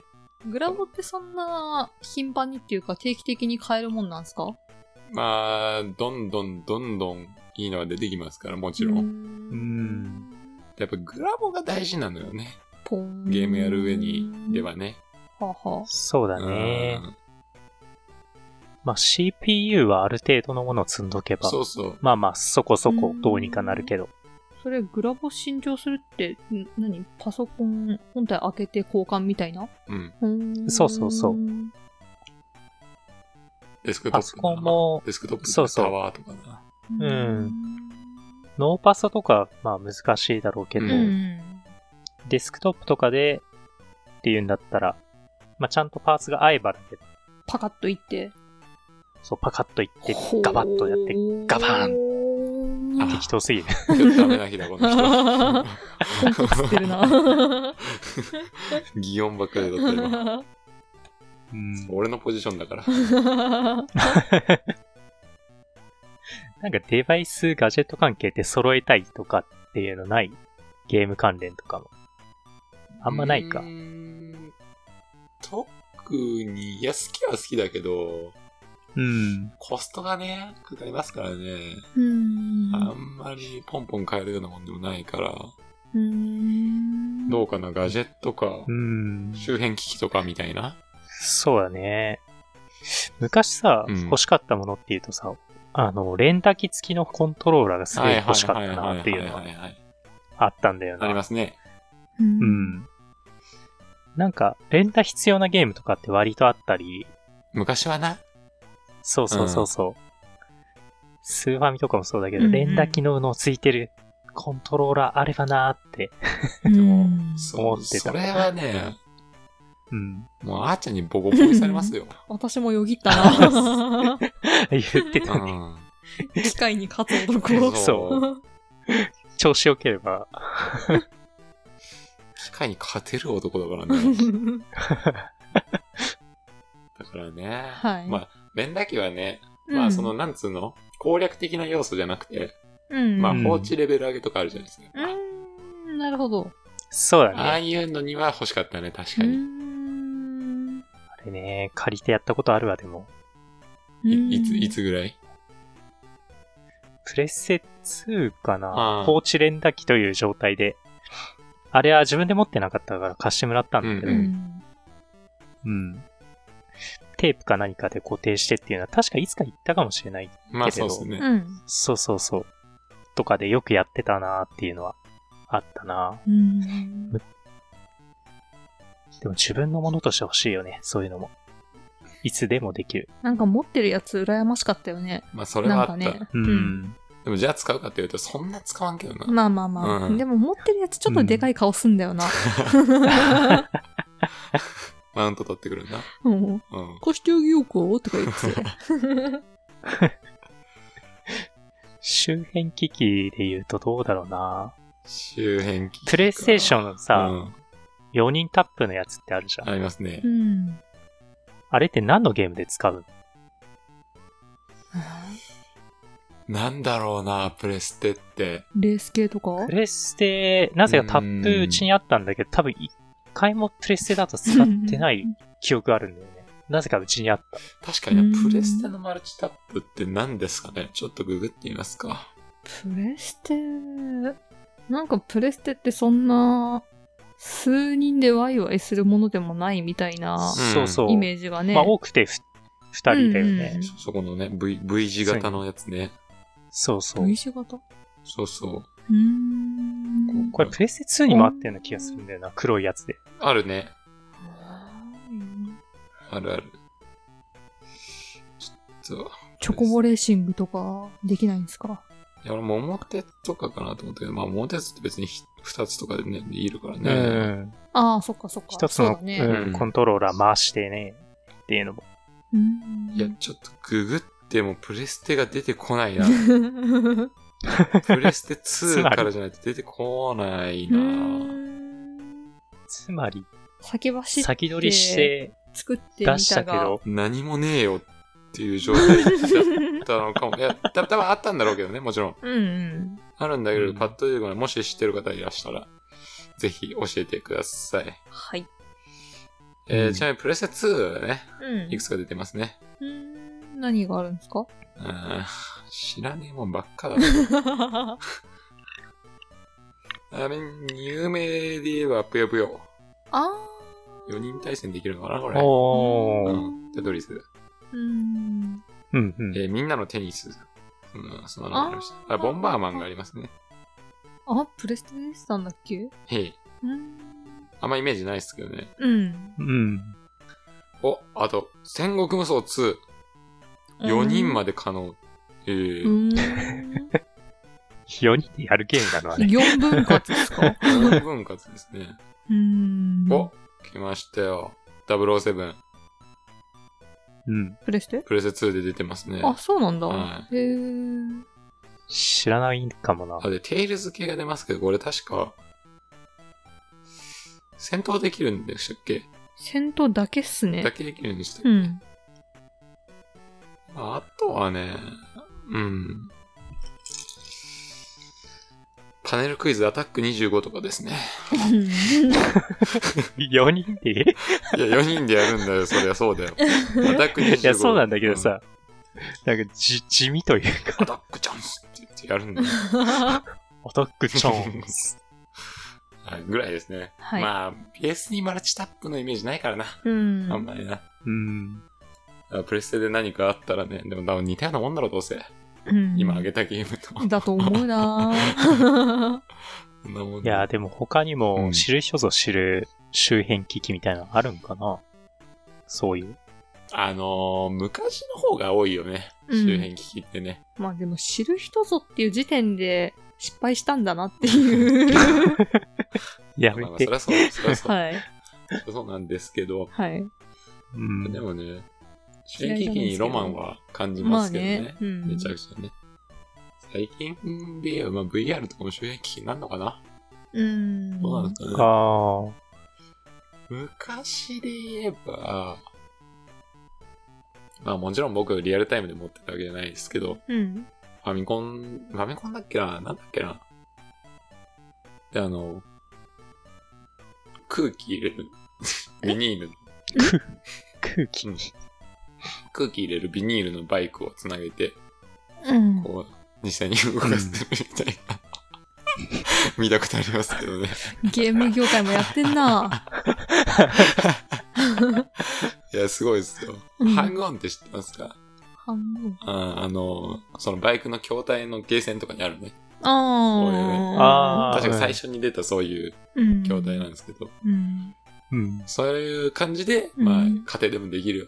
C: グラボってそんな頻繁にっていうか定期的に変えるもんなんですかも
B: まあ、どんどんどんどんいいのは出てきますから、もちろん。
D: うん。
B: やっぱグラボが大事なのよね。
C: ポン。
B: ゲームやる上にでは。ね。
C: はは。
D: そうだ
B: う
D: ね。
B: ん
D: まあ CPU はある程度のものを積んどけば、
B: そうそう。
D: まあまあそこそこどうにかなるけど、
C: それグラボ新調するって、ん何パソコン本体開けて交換みたいな
B: うん。
D: そうそうそう
B: デスクトップ。
D: パソコン。も
B: デスクトップ
D: そう
B: の
D: そう
B: タワーとかな。
C: うん。
D: ノーパソとかまあ難しいだろうけど、
B: う
C: うんん。
D: デスクトップとかでっていうんだったら、まあちゃんとパーツが合えばだけど、
C: パカッといって。
D: そうパカッといってガバッとやってガバー
C: ン
B: あ
D: 適当すぎる。
B: 今日ダメな日だ、こ
D: (laughs)
B: の人。
C: ポンコツってるな。
B: (laughs) 擬音ばっかりだった今。
D: うん
B: 俺のポジションだから。
D: (laughs) なんかデバイス、ガジェット関係って揃えたいとかっていうのないゲーム関連とかも。あんまないか
B: うー。ん。特に、いや、好きは好きだけど、
D: うん。
B: コストがね、かかりますからね。
C: (laughs) うん
B: あんまりポンポン買えるようなもんでもないから、
C: うん
B: どうかな、ガジェットか、
D: うん。
B: 周辺機器とかみたいな。
D: そうだね。昔さ、
B: うん
D: 欲しかったものっていうとさ、あの、レンタ機付きのコントローラーがすごい欲しかったなっていうの
B: は
D: は
B: ははい。
D: あったんだよ
B: あり
D: な。
B: ますね。
C: う。
D: うんん。なんか、レンタ必要なゲームとかって割とあったり、
B: 昔はな。
D: そうそうそうそう。スーファミとかもそうだけど、
C: うんうん
D: 連打機能のついてるコントローラーあればなーって。
C: うん
B: そ
D: 思
B: う、
D: ってた
B: それはね、 (laughs)
D: うん。
B: もうあーちゃんにボコボコにされます
D: (laughs)
B: よ。
C: 私もよぎった
B: (laughs)
C: な。
D: 言ってた
B: う
D: ね。
B: ん。
C: 機械に勝つ
D: そ
C: 男
D: う。調子よければ。
B: 機械に勝てる男だからね。だからね。
C: はい
B: まあ、連打機はね、まあその、なんつうの、攻略的な要素じゃなくて、
C: うん。
B: まあ
D: うん
B: 放置レベル上げとかあるじゃないですか。
C: うん。なるほど。
D: そうだね。
B: ああいうのには欲しかったね、確
C: う
B: かに。
C: ん。
D: あれね、借りてやったことあるわ、でも。
B: いいつ、いつぐらい
D: プレステ2かな
B: あ。ー
D: 放置連打機という状態で。あれは自分で持ってなかったから貸してもらったんだけ
C: う。
D: ど。
B: うん
D: うんテープか何かで固定してっていうのは確かいつか言ったかもしれない。
B: まあ
D: けれ
B: そう
D: ど
B: ですね。
C: うん。
D: そうそうそう。とかでよくやってたなーっていうのはあったな。
C: うん。
D: でも自分のものとして欲しいよね、そういうのも。いつでもできる。
C: なんか持ってるやつ羨ましかったよね。
B: まあそれ
C: な
B: は
C: ん
B: あ
C: か
B: った。
C: ね。
D: う。ん。
B: でもじゃあ使うかっていうと、そんな使わんけどな。
C: まあまあまあ。
B: うん
C: でも持ってるやつちょっとでかい顔すんだよな。
B: マウント取ってくるんだ。
C: (laughs) うん。
B: うん。
C: 貸してあげようかとか言って。
D: 周辺機器で言うとどうだろうな。
B: 周辺機器か。
D: プレイステーションのさ、
B: うん
D: 4人タップのやつってあるじゃん。
B: ありますね
C: う。ん。
D: あれって何のゲームで使うの
B: なんだろうな、プレステって。
C: レース系とか
D: プレステ、なぜかタップうちにあったんだけど、多分一回もプレステだと使ってない記憶があるんだよね。なぜかうちにあった。
B: 確かに
C: う
B: な、
C: ん
B: プレステのマルチタップって何ですかねちょっとググってみますか。
C: プレステ、なんかプレステってそんな、数人でワイワイするものでもないみたいな
B: うん
D: そうそう。
C: イメージがね。
D: まあ多くてふ二人だよね。
C: うん
B: そこのね、V、V 字型のやつね。
D: そうそう。
C: V 字型
B: そうそう。
C: うーん。
D: これプレステ2にもあったような気がするんだよな、黒いやつで。
B: あるね。あるある。ちょっと、
C: チョコボレーシングとかできないんですか
B: いや、俺、桃鉄とかかなと思ったけど、まあ、桃鉄って別にひ二つとかでね、いるから
D: う
B: ね。
D: ん。
C: ああ、そっかそっか。
D: 一つ
C: そう
D: の
C: だ、ね。
D: うんコントローラー回してね、っていうのも。
C: うん (laughs)
B: いや、ちょっとググってもプレステが出てこない
C: (laughs)
B: な。
C: う
B: プレステ2からじゃないと出てこない
C: ー
B: な。
C: ん
D: つまり、
C: 先走って
D: 先取りして
C: 作ってみ
D: 出したたけ
C: が
D: ど、
B: 何もねえよっていう状態だったのかも。いや、た多分あったんだろうけどね、もちろん。
C: (laughs) うんうん
B: あるんだけ
D: う
B: ど、
D: ん
B: パッと出てこない。もし知ってる方いらしたら、ぜひ教えてください。
C: はい
B: え
D: う
B: ー、
D: ん
B: ちなみにプレステ2はね、
C: うん
B: いくつか出てますね。
C: うーん何があるんですか
B: うん、知らねえもんばっかだな。あれ、有名で言えば、ぷよぷよ。
C: あ
B: 4人対戦できるのかな、これ。
D: お
B: う
D: ー、
B: ん。テトリス。
C: うん。
D: うんうん。
B: えーみんなのテニス。うん、そんなのがありました。あ、ボンバーマンがありますね。
C: あ、プレステでしたんだっけ
B: へい。
C: うん。
B: あんまイメージないですけどね。
C: うん。
D: うん。
B: お、あと、戦国無双2。4人まで可能。
C: で
B: えー、
C: うん。
D: 4人でやるゲームなのあれ。
C: 4分割ですか
B: 大分割ですね。
C: うん。
B: お、来ましたよ。007。
D: うん。
C: プレステ
B: プレセ2で出てますね。
C: あ、そうなんだ。
B: は
C: へー。
D: 知らないかもな
B: あ、。で、テイルズ系が出ますけど、これ確か、戦闘できるんでしたっけ
C: 戦闘だけっす
B: だ
C: ね。
B: けできるんでしたっけ、 (laughs)
C: うん。
B: あとはね、うん。パネルクイズアタック25とかですね。
D: (laughs) 4人
B: (laughs)
D: で
B: いや、4人でやるんだ
D: (laughs)
B: よ、そりゃそうだよ。アタック25。
D: いや、そうなんだけどさ、なんかじ、地味というか、
B: うん。アタックチャンスって言ってやるんだよ。
D: アタックチ
B: (laughs)
D: ャンス。
B: はいぐらいですね。
C: はい
B: まあ、PS2 マルチタップのイメージないからな。
C: うん。
B: あんまりな。
D: うん。
B: あプレステで何かあったらね、でも多分似たようなもんだろう、どうせ。
C: うん
B: 今あげたゲームと。
C: だと思うな
B: (laughs)
C: ぁ
B: そんなもん
D: いや、でも他に
B: う
D: も
B: ん
D: 知る人ぞ知る周辺機器みたいなのあるんかなそういう。
B: あのー昔の方が多いよね。
C: うん
B: 周辺機器ってね。
C: まあでも知る人ぞっていう時点で失敗したんだなって
B: (laughs)
C: いう。
D: や
B: ま
D: め
B: あまあ、そ
D: て
B: り。ゃそう、そりゃそう、
C: はい。
B: そうなんですけど。
C: はい。
D: うん
B: でもね、周辺機器にロマンは感じますけどね。
C: まあねうん
B: めちゃくちゃね。最近で言えば、まあ、VR とかも周辺機器になるのかな、
C: うん。
B: どうなんですかね。
D: あ
B: 昔で言えば、まあもちろん僕リアルタイムで持ってたわけじゃないですけど、
C: うん。
B: ファミコン、ファミコンだっけななんだっけなで、あの、空気入れる、ビニールの、
D: あ、空気に。
B: 空気入れるビニールのバイクをつなげて、
C: うん。
B: こう、実際に動かせるみた
C: (laughs)
B: いな。見たことありますけどね。
C: ゲーム業界もやってん (laughs) なぁ
B: いや、すごいですよ。
C: うん
B: ハングオンって知ってますか
C: 半分。
B: あーあの、そのバイクの筐体のゲーセンとかにあるね。ういう
C: あ
B: ね
C: あ。
D: あー
B: 確か最初に出たそういう
C: うん。
B: 筐体なんですけど、
C: うん。
D: うん。
B: そういう感じで、まあ、
C: う
B: 家
C: ん
B: 庭でもできるよ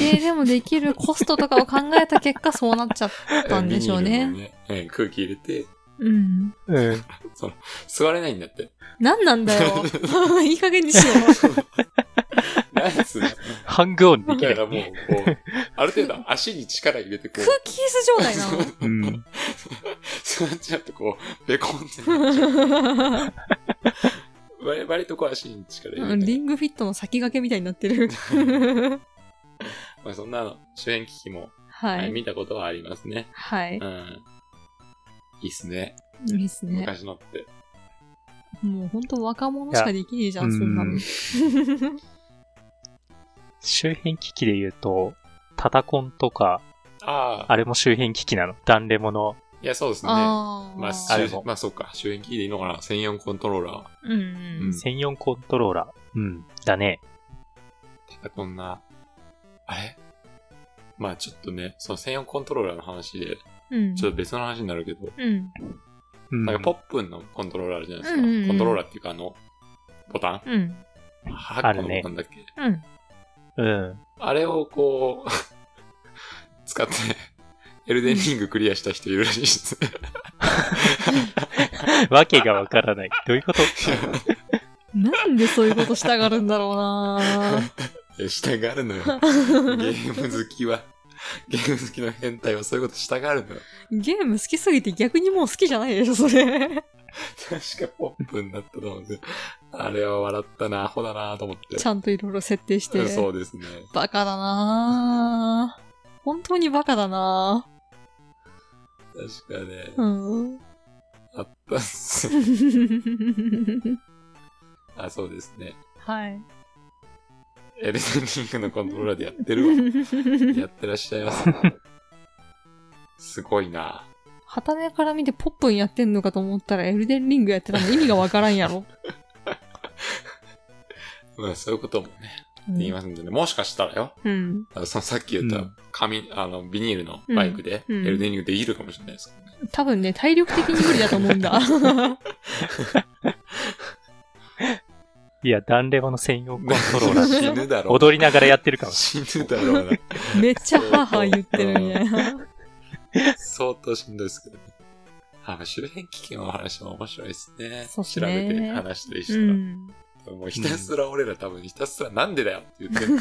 C: 家庭でもできるコストとかを考えた結果そうなっちゃったんでしょう
B: ビニール
C: ね (laughs)
B: の。ええ空気入れて、
C: うん。
D: うん。
B: 座れないん
C: (laughs)
B: だって。
C: なんなんだ (laughs) よ。いい加減にしよ
B: ナイス。だ
D: ハングオンでき
B: か
D: ない。
B: らもう、こう、ある程度足に力入れて、こ
C: う。
B: う
C: 空、気椅子状態なの。
D: うん。
B: 座っちゃうとこう、ベコンってなっちゃ
C: う
B: う。割割とこう足に力入
C: (laughs) ん
B: れて。
C: リングフィットの先駆けみたいになってる。
B: まあそんなの、主演機器も、
C: は
B: はい
C: い。
B: 見たことはありますね。
C: はい。
B: うん。いいっすね。
C: いいですね。
B: 昔のって。
C: もうほんと若者しかできねえじゃ、
D: うん
C: そんなの
D: ん。周辺機器で言うと、タタコンとか、
B: ああ、
D: あれも周辺機器なの。ダンレモの。
B: いや、そうですね。
C: ああ。
B: まあ、
D: あれ
B: 周
D: も
B: まあ、そうか。主演機器でいいのかな。専用コントローラー。
C: うんう
B: うんん。
D: 専用コントローラー。うん。だね。
B: ただこんな、あれまあちょっとね、その専用コントローラーの話で、
C: うん。
B: ちょっと別の話になるけど、
C: うん。
D: うん。
B: なんかポップンのコントローラーあるじゃないですか。
C: うんうんうん
B: コントローラーっていうかあの、ボタン
C: うん。
B: 8個
D: る
B: の
D: ね
B: ボタンだっけあ,、
C: うん。
D: うん。
B: れをこう、 (laughs) 使って、エルデンリングクリアした人いるらしい
C: (laughs)
B: です。
D: わけがわからない。どういうこと
C: なんでそういうことしたがるんだろうな
B: いやしたがるのよ。ゲーム好きは。ゲーム好きの変態はそういうことしたがるのよ。
C: ゲーム好きすぎて逆にもう好きじゃないでしょ、そ
B: (laughs)
C: れ。
B: 確かポップンだったと思うんですよあれは笑ったな、アホだなと思って。
C: ちゃんといろいろ設定して。
B: そうですね。
C: バカだな本当にバカだな
B: 確かね、
C: うん。 (laughs)
B: あったっす。あ、そうですね。
C: はい。
B: エルデンリングのコントローラーでやってるわ。やってらっしゃいます。すごいな。
C: (laughs) 旗目から見てポップンやってんのかと思ったらエルデンリングやってたの意味がわからんやろ。
B: まあそういうこともね、
C: うん
B: (laughs) 言いますんでね、もしかしたらよ、
A: うん。
B: あのそのさっき言っ
D: う
B: た
D: ん
B: 紙、あの、ビニールのバイクで、エ
A: うんうん
B: ルデニングできるかもしれないですからね。
C: 多分ね、体力的に無理だと思うんだ。
D: いや、ダンレバの専用コントローラ
B: (laughs)
D: ー
B: 死ぬだろう。
D: 踊りながらやってるかもし
B: 死ぬだろうな。
C: めっちゃハーハー言ってるみたいな。
B: 相当しんどいですけどね。あの周辺危機のお話も面白いですね。
C: そうっす
B: 調
C: ね
B: べて話したりし
C: う
B: たら。
C: ん。
B: もうひたすら俺ら多分ひたすらなんでだよって言って
C: (laughs)
B: る、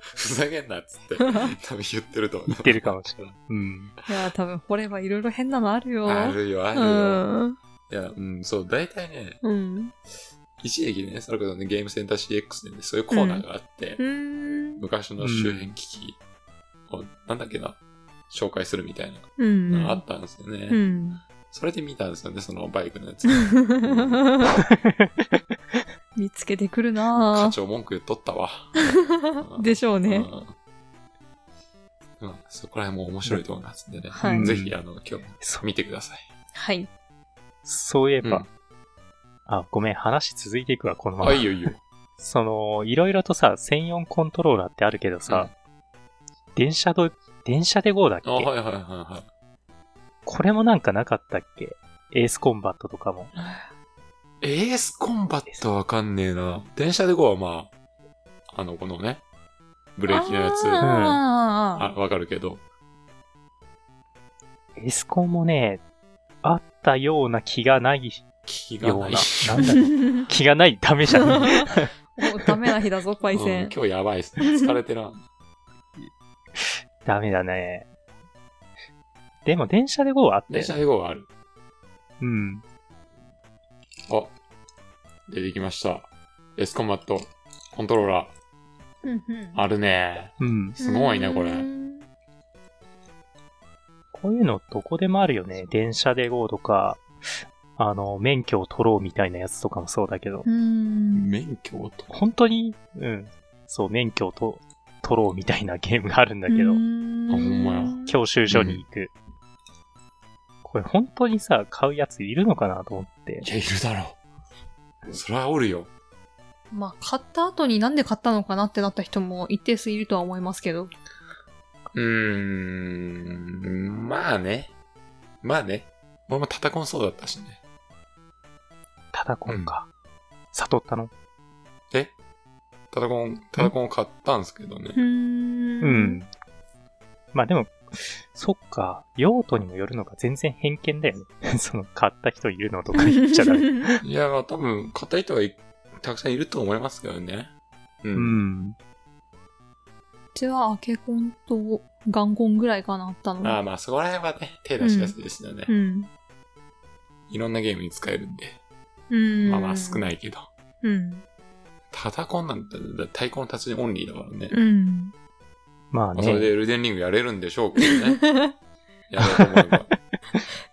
B: ふざけんなっつって多分言ってると思う。言って
D: るかもしれない。うん。
C: いや、多分掘ればいろいろ変なのあるよ。
B: あるよ、ある
C: う
B: よ。
C: ん。
B: いや、うん、そう、大体ね、
A: うん。
B: 一時期ね、それこそね、ゲームセンター CX でね、そういうコーナーがあって、
A: うん。
B: 昔の周辺機器を、なんだっけな、紹介するみたいな
A: う
B: のがあ
A: ん。
B: ったんですよね。
A: うん。
B: それで見たんですよね、そのバイクのやつ。
C: 見つけてくる
B: 課
C: なぁ
B: 長文句言っとったわ。
C: (laughs) でしょう
B: ょ
C: ね。
B: うん、そこら辺も面白いと思いますんでね。
C: はい
B: ぜひ、あの、今日
D: そ
B: 見てください。
C: はい。
D: そういえば、
B: うん
D: あ、ごめん、話続いていくわ、このまま
B: あ、。いいよいいよ。
D: その、いろいろとさ、専用コントローラーってあるけどさ、電車ど、電車で GO だっけ
B: あ、はいはいはいは
D: これもなんかなかったっけエースコンバットとかも。
B: い。エースコンバットわかんねえな。電車で GO はまあ、あの、このね、ブレーキのやつ、あ
C: あ
B: わかるけど。
D: エースコンもね、あったような気がない
B: 気が
D: よう
B: な
D: な。
B: い。
D: なんだろう
C: ー
D: 気がない、ダメじゃん。 (laughs)
C: あ。おダメな日だぞ、パイセ
B: う
C: ン。
B: ん今日やばいっす (laughs) ね。疲れてな。
D: ダメだね。でも電車で GO はあった
B: 電
D: よ
B: 車
D: ね。
B: で GO はある。
D: うん。
B: あ、出てきました。エースコンバット、コントローラー、あるね。
D: うん。
B: すごいね、これ。
C: うん
D: こういうのどこでもあるよね。電車で GO とか、あの、免許を取ろうみたいなやつとかもそうだけど。
C: うん。
B: 免許とか。
D: 本当に、うん、そう、免許をと取ろうみたいなゲームがあるんだけど、
C: あ、
B: あほんまや
D: 教習所に行く。これ本当にさ、買うやついるのかなと思って
B: い。や、いるだろう。それはおるよ。
C: まあ、買った後になんで買ったのかなってなった人も一定数いるとは思いますけど。
B: うーん、まあね。まあね。俺もタタコンそうだったしね。
D: ただ今回、悟ったの
B: えタタコン、タタコンを買ったんですけどね。
D: うん。
C: ん。
B: (laughs)
D: まあでも、そっか、用途にもよるのが全然偏見だよね。 (laughs) その、買った人いるのとか言っちゃダ (laughs) メ。
B: いや、まあ多分、買った人はいたくさんいると思いますけどね。う。
D: うんん。
C: うちはアケコンとガンコンぐらいかなあったの。
B: まあまあ、そこら辺はね、手出しやすいですよね。
A: うん。
B: いろんなゲームに使えるんで。
A: うん。
B: まあまあ、少
A: い。
B: ないけど。
A: うん。
B: タタコンなんて、だ太鼓の達人オンリーだからね。
A: うん。
D: まあ
B: まあそれで
D: ね、
B: エルデンリングやれるんでしょうけどね。 (laughs) やろうと思えば。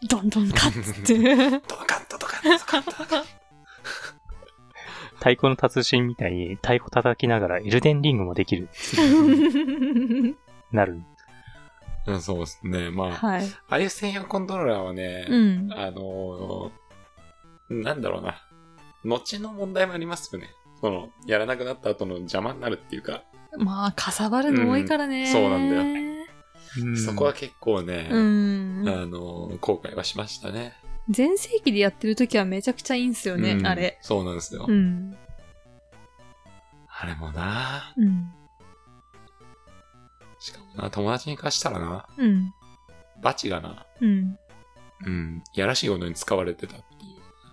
C: どんどん買って。
B: (laughs) ドカンドカンドカンドカン。
D: 太鼓の達人みたいに太鼓叩きながらエルデンリングもできる、
C: (laughs)
D: なる。
B: うん、そうですね。まあ、
C: はい。
B: ああいう専用コントローラーはね、
C: うん。
B: あのーなんだろうな。後の問題もありますよね。その、やらなくなった後の邪魔になるっていうか、
C: まあ、かさばるの多いからね、
B: うんそうなんだ
C: よ。
D: うん
B: そこは結構ね、
C: うん。
B: あのー後悔はしましたね。
C: 全盛期でやってる時はめちゃくちゃいいんすよね、
B: うん
C: あれ。
B: そうなんですよ。
C: うん。
B: あれもな
C: うん。
B: しかもな、友達に貸したらな、
C: うん。
B: バチがな、
C: うん。
B: うん、やらしいことに使われてたっ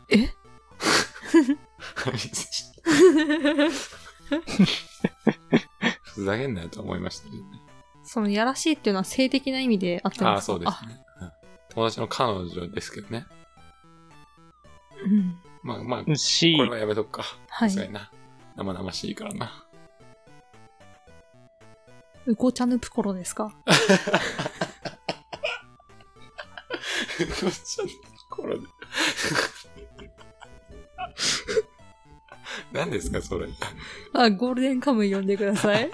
B: てい
C: え
B: う。(laughs) ふざけんなよと思いましたけどね。
C: その、やらしいっていうのは性的な意味であって
B: ああー、
C: ますか
B: そうですね。うん友達の彼女ですけどね。
C: あうん。
B: まあまあ、
D: し
B: これはやめとくか。
C: はい
B: さすがにな。生々しいからな。 (laughs)
C: うこちゃぬぷころですか
B: こっちのところで。何ですか、それ。 (laughs)
C: あ、ゴールデンカムイ呼んでください。
D: ん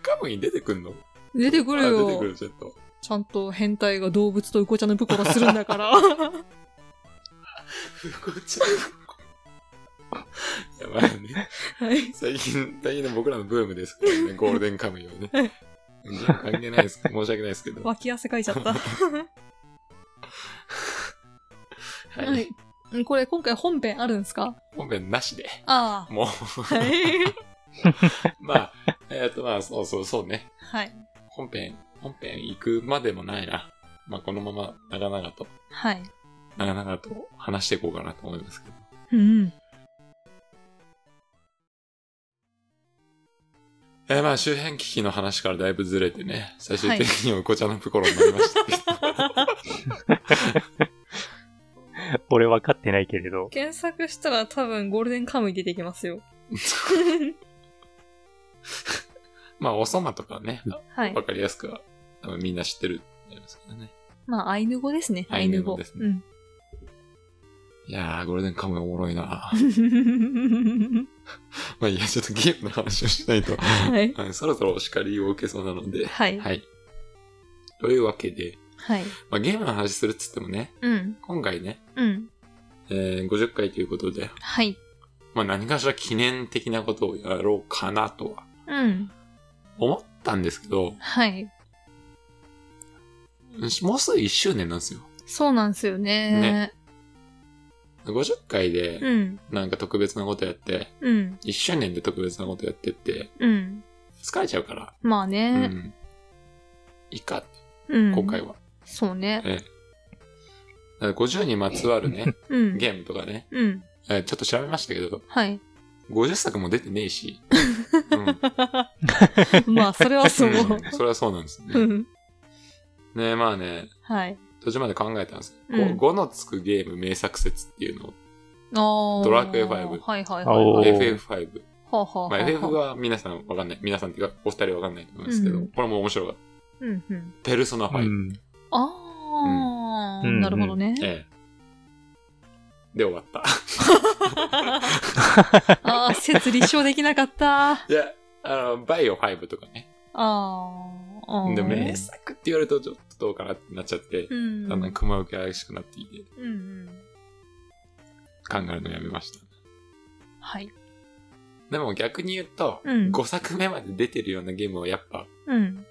B: カムイ出てくんの
C: 出てくる
B: あ出てく
C: よ。
B: る、ちょっと。
C: ちゃんと変態が動物とう
B: (laughs)
C: こちゃぬぷころするんだから。
B: こっちのいやまあね、
C: はい。
B: 最近、最近の僕らのブームですからね、ゴールデンカムイはね。関係ないです。申し訳ないですけど。は。
C: 脇汗かいちゃった。はいい。これ今回本編あるんですか
B: 本編なしで。
C: あ
B: もう、
C: あ。はい。
B: まあ、えっ、と、まあ、そうそうそうね。
C: はい。
B: 本編、本編行くまでもないな。まあ、このまま長々と、
C: はい。
B: 長々と話していこうかなと思いますけど。
C: うん。
B: えーまあ、周辺機器の話からだいぶずれてね、最終的におこちゃのプコロになりました (laughs) けど。
D: (laughs) 俺分かってないけれど、
C: 検索したら多分ゴールデンカムイ出てきますよ。
B: まあ、おそまとかね、
C: はい
B: わ。かりやすくは、多分みんな知ってると思いますけどね。
C: まあ、アイヌ語ですね。ア
B: ア
C: イ
B: イ
C: ヌ
B: ヌ
C: 語。
B: 語
C: う
B: ですね
C: ん。
B: いやー、ゴールデンカムイおもろいな (laughs) まあ、いや、ちょっとゲームの話をしないと、
C: はい。
B: うんそろそろお叱りを受けそうなの
C: (laughs)
B: で。
C: はい
B: はい。というわけで、
C: はい。
B: まあ、ゲームの話するっつってもね、
C: うん。
B: 今回ね、
C: うん。
B: えー50回ということで、
C: はい。
B: まあ、何かしら記念的なことをやろうかなとは
C: うん。
B: 思ったんですけど、
C: はい。
B: もうすぐ1周年なんですよ。
C: そうなんですよね。
B: 50回で
C: うん。
B: なんか特別なことやって、
C: うん。
B: 1周年で特別なことやってって、
C: うん。
B: 疲れちゃうから、
C: まあ
B: う
C: ね。
B: ん。いいか、
C: うん。
B: 今回は。
C: そうね。
B: ええ。だから50にまつわ
C: (laughs)
B: るね、
C: うん。
B: ゲームとかね、
C: うん。
B: えーちょっと調べましたけど、
C: はい。
B: 50作も出てねえ
C: (laughs)
B: し。うん
C: まあ、それはそう。
B: んそれはそうなんです
C: う
B: ね。
C: ん。
B: ねまあね、
C: はい。
B: 途中まで考えたんですけ
C: うん
B: ど、5のつくゲーム名作説っていうのを、
C: ああ。
B: ドラクエ5
C: はいはい
D: お
C: は
D: ー
C: い。
B: FF5。
C: はあはあ
B: ま
C: は
B: あ
C: あ。
B: FF は皆さんわかんない。皆さんっていうか、お二人わかんないと思うんですけ
C: う
B: ど、
C: ん
B: これも面白かった。
C: うんうん。
B: ペルソナ
D: う
B: 5。
D: ん、
C: ああ、
D: うん
C: なるほどね。
B: ええ。で終わった。
C: ああ、説立証できなかった。あ
B: (laughs) いや、あの、バイオ5とかね。
C: あー。
B: で、
C: うん
B: 名作って言われるとちょっとどうかなってなっちゃって
C: う、ん。
B: だんだん熊受け怪しくなっていて、
C: うんうん。
B: 考えるのやめました。
C: はい。
B: でも逆に言うと、
C: うん
B: 5作目まで出てるようなゲームはやっぱ、
C: うん。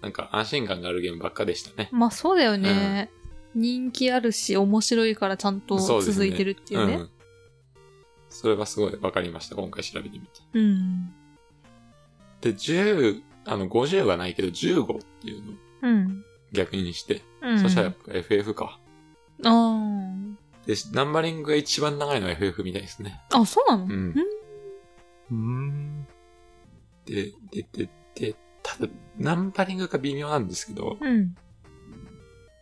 B: なんか安心感があるゲームばっかでしたね。
C: まあそうだよね。人気あるし、面白いからちゃんと
B: そうです
C: 続
B: ね
C: いてるっていう
B: う
C: ね。
B: ん。それはすごいわかりました。今回調べてみて。
C: うん。
B: で、10、あの、50はないけど、15っていうのを
C: うん。
B: 逆にして、
C: うん。
B: そしたらやっぱ FF か。
C: あ
B: で、ナンバリングが一番長いのは FF みたいですね。
C: あ。あ、そうなの
B: うんん
D: うん。
B: で、で、で、で、ただ、ナンバリングが微妙なんですけど、
C: うん。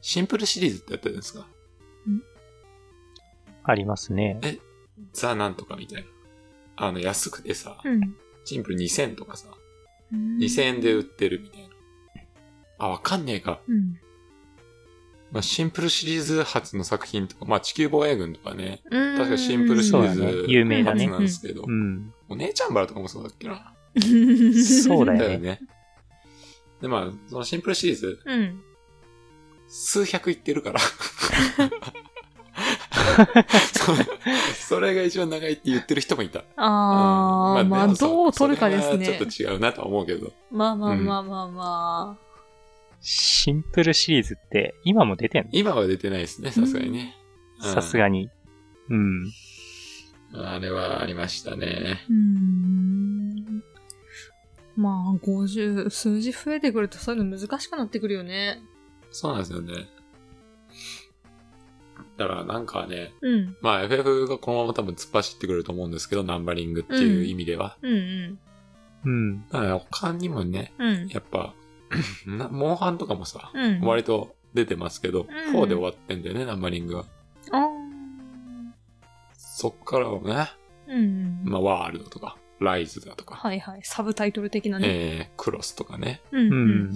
B: シンプルシリーズってやったじゃないですか。
D: ありますね。
B: ザなんとかみたいな。あの、安くてさ、
C: うん。
B: シンプル2000とかさ、
C: うん
B: 2000円で売ってるみたいな。あ、わかんねえか。
C: うん。
B: まあ、シンプルシリーズ初の作品とか、まあ、地球防衛軍とかね、
C: うん
B: 確かシンプルシリ
D: そう
B: ー
D: だね
B: ズ
D: 有名だね
B: 初なんですけど、
D: うん。
B: お姉ちゃんバラとかもそうだっけな。
D: そうだよね
B: だよね。で、まあ、そのシンプルシリーズ、
C: (laughs) うん。
B: 数百いって
C: (laughs)
B: るから。そそれが一番長いって言ってる人もいた。うん
C: ああ、まあ
B: でもそ
C: どう取るかです
B: それ
C: ね
B: は。ちょっと違うなとは思うけど。
C: まあまあまあまあまあ。
D: シンプルシリーズって今も出てん
B: 今は出てないですね、さすがにね。
D: のさすがに。うん。
B: うん。あれはありましたね。
C: うーん。まあ、50、数字増えてくるとそういうの難しくなってくるよね。
B: そうなんですよね。だからなんかね、
C: うん。
B: まあ FF がこのまま多分突っ走ってくると思うんですけど、ナンバリングっていう意味では。
C: うん
D: うん。
B: だから他にもね、
C: うん。うん。
B: やっぱ、 (laughs) なモンハンとかもさ、
C: うん。
B: 割と出てますけど、
C: うん
B: 4で終わってんだよね、ナンバリングは。
C: あー
B: そっからはね、
C: うん。
B: まあワールドとか、ライズだとか、
C: はいはい。サブタイトル的なね。
B: えー、クロスとかね、
C: うん
D: う。ん。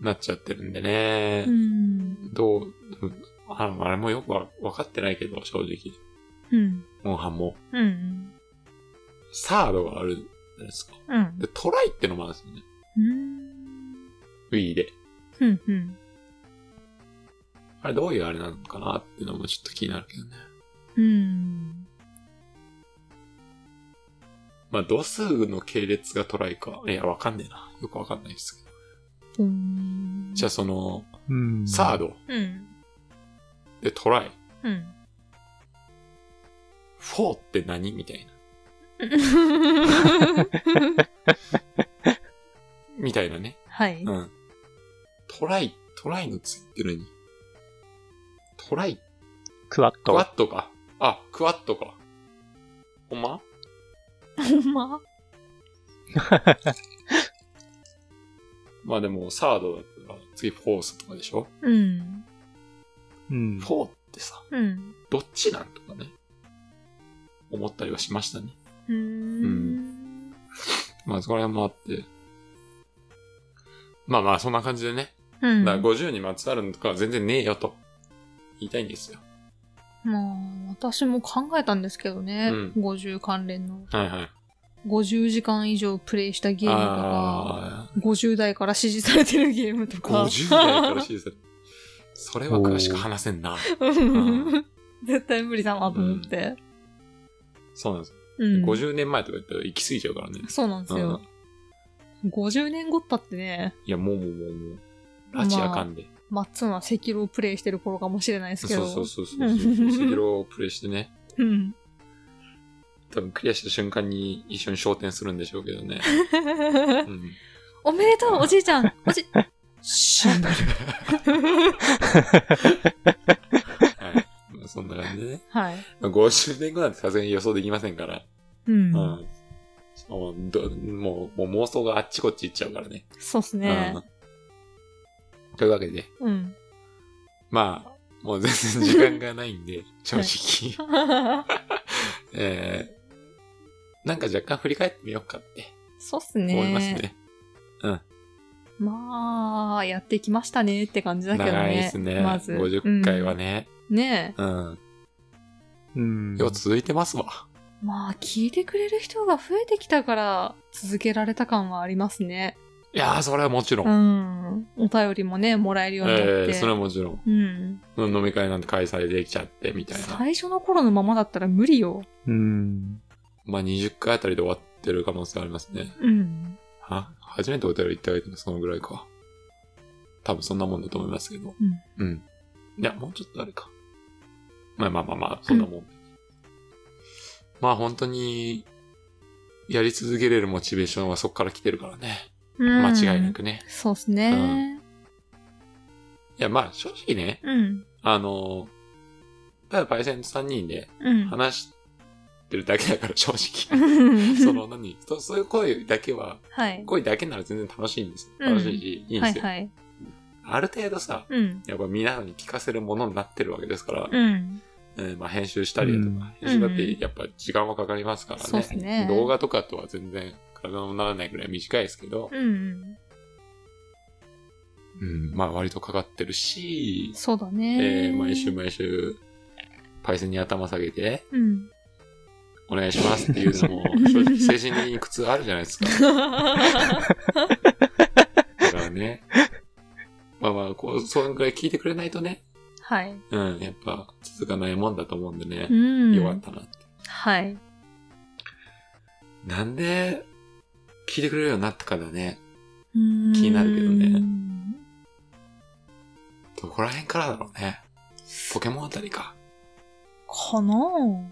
B: なっちゃってるんでね
C: う。ん。
B: どう、うんああれもよくわ分かってないけど、正直。
C: うん。
B: モンハンも。
C: うん。
B: サードがあるじゃないですか。
C: うん。
B: で、トライってのもあるんですよね。
C: うん。
B: Wii で。
C: うん。うん。
B: あれどういうあれなのかなっていうのもちょっと気になるけどね。
C: うん。
B: まあ、度数の系列がトライか。いや、わかんねえな。よくわかんないですけど。
C: うーん。
B: じゃあ、その、
D: うん
B: サード
A: うん。
B: でトライ。
A: うん。
B: フォーって何みたいな。みたいなね。
A: はい。
B: うん。トライ、トライのついてるに。トライ、
D: クワッ
B: クワ
D: ド。
B: ットか。あ、クワットか。ほんま
A: ほんま
B: まあでも、サードだったら、次フォースとかでしょ、
A: うん。
D: うん。
B: フォーってさ、
A: うん。
B: どっちなんとかね。思ったりはしましたね。
A: うーん。
B: まあ、そこら辺もあって。まあまあ、そんな感じでね。
A: うん。
B: だから50にまつわるのとかは全然ねえよと。言いたいんですよ。
C: まあ、私も考えたんですけどね、
B: う
C: 50関連の。
B: はいはい。
C: 50時間以上プレイしたゲームとか、
B: あ
C: 50代から支持されてるゲームと
B: あ、
C: か。
B: 50代からシーズン。それは詳しく話せんな。
C: うん絶対無理だなと思って。
B: そうなんです。
C: うん。
B: 50年前とか言ったら行き過ぎちゃうからね。
C: そうなんですよ。50年後ったってね、
B: いや、もうもうもうもう。ラチあかんで。
C: マッツンは赤狼をプレイしてる頃かもしれないですけ
B: そ
C: ど。
B: うそうそうそうそうそう。セキロをプレイしてね。
C: うん。
B: 多分クリアした瞬間に一緒に昇天するんでしょうけど
C: (laughs)
B: ね。うん。
C: おめでとう、おじいちゃん。おじ、死んだ。
B: はい。まあそんな感じでね。
C: はい。
B: まあ50年後なんてさすがに予想できませんから。
C: うん。
B: うん。もうどもう、もう妄想があっちこっち行っちゃうからね。
C: そうっすね
B: う。ん。というわけで、
C: うん。 (laughs)
B: まあ、もう全然時間がないんで、正直、えー、なんか若干振り返ってみようかって
C: そうっすね。
B: 思いますね。
C: まあ、やってきましたねって感じだけどね。
B: 長いですね。
C: まず。
B: 50回はね。
C: うん。ね
B: うん。
D: うん。
B: よう続いてますわ。
C: え。まあ、聞いてくれる人が増えてきたから、続けられた感はありますね。
B: いやー、それはもちろ。
C: うんん。お便りもね、もらえるようになって。
B: えー、それはもちろん。
C: うん。
B: 飲み会なんて開催できちゃって、みたいな。
C: 最初の頃のままだったら無理よ。
D: うん。
B: まあ、20回あたりで終わってる可能性ありますね。
C: うん。
B: は初めてお便りいただいたのそのぐらいか。多分そんなもんだと思いますけど。うん。いや、もうちょっとあれか。まあまあまあまあ、そんなもん。まあ本当に、やり続けれるモチベーションはそこから来てるからね。間違いな。くね。
C: そうっすね。
B: いや、まあ正直ね、
C: うん。
B: あの、ただパイセンと3人で
C: うん。
B: 話してるだけだから正
C: (laughs)
B: 直。そ
C: そ、
B: の何そそういう声だけは、
C: はい。
B: 声だけなら全然楽しいんですよ。
C: うん
B: 楽しいし、いいん
C: は
B: で
C: い
B: すよ。
C: はい。
B: ある程度さ、
C: うん。
B: やっぱ皆さんに聞かせるものになってるわけですから、
C: うん。
B: えーまあ編集したりだと
C: う
B: か、
C: ん
B: 編集だってやっぱ時間はかかりますからね。
C: そうっすね
B: 動画とかとは全然体のならないぐらい短いですけど、
C: うん。
B: うん、まあ割とかかってるし、
C: そうだね。
B: えー毎週。毎週、パイセンに頭下げて、
C: うん。 (laughs)
B: お願いしますっていうのも、正直精神的に苦痛あるじゃないですか。だからね。まあまあ、こう、そんぐらい聞いてくれないとね、
C: はい。
B: うん、やっぱ続かないもんだと思うんでね
C: う、ん。
B: よかったなって。
C: はい。
B: なんで、聞いてくれるようになったかだね。
C: 気に
B: になるけどね。どこら辺からだろうね。ポケモンあたりか。
C: かなぁ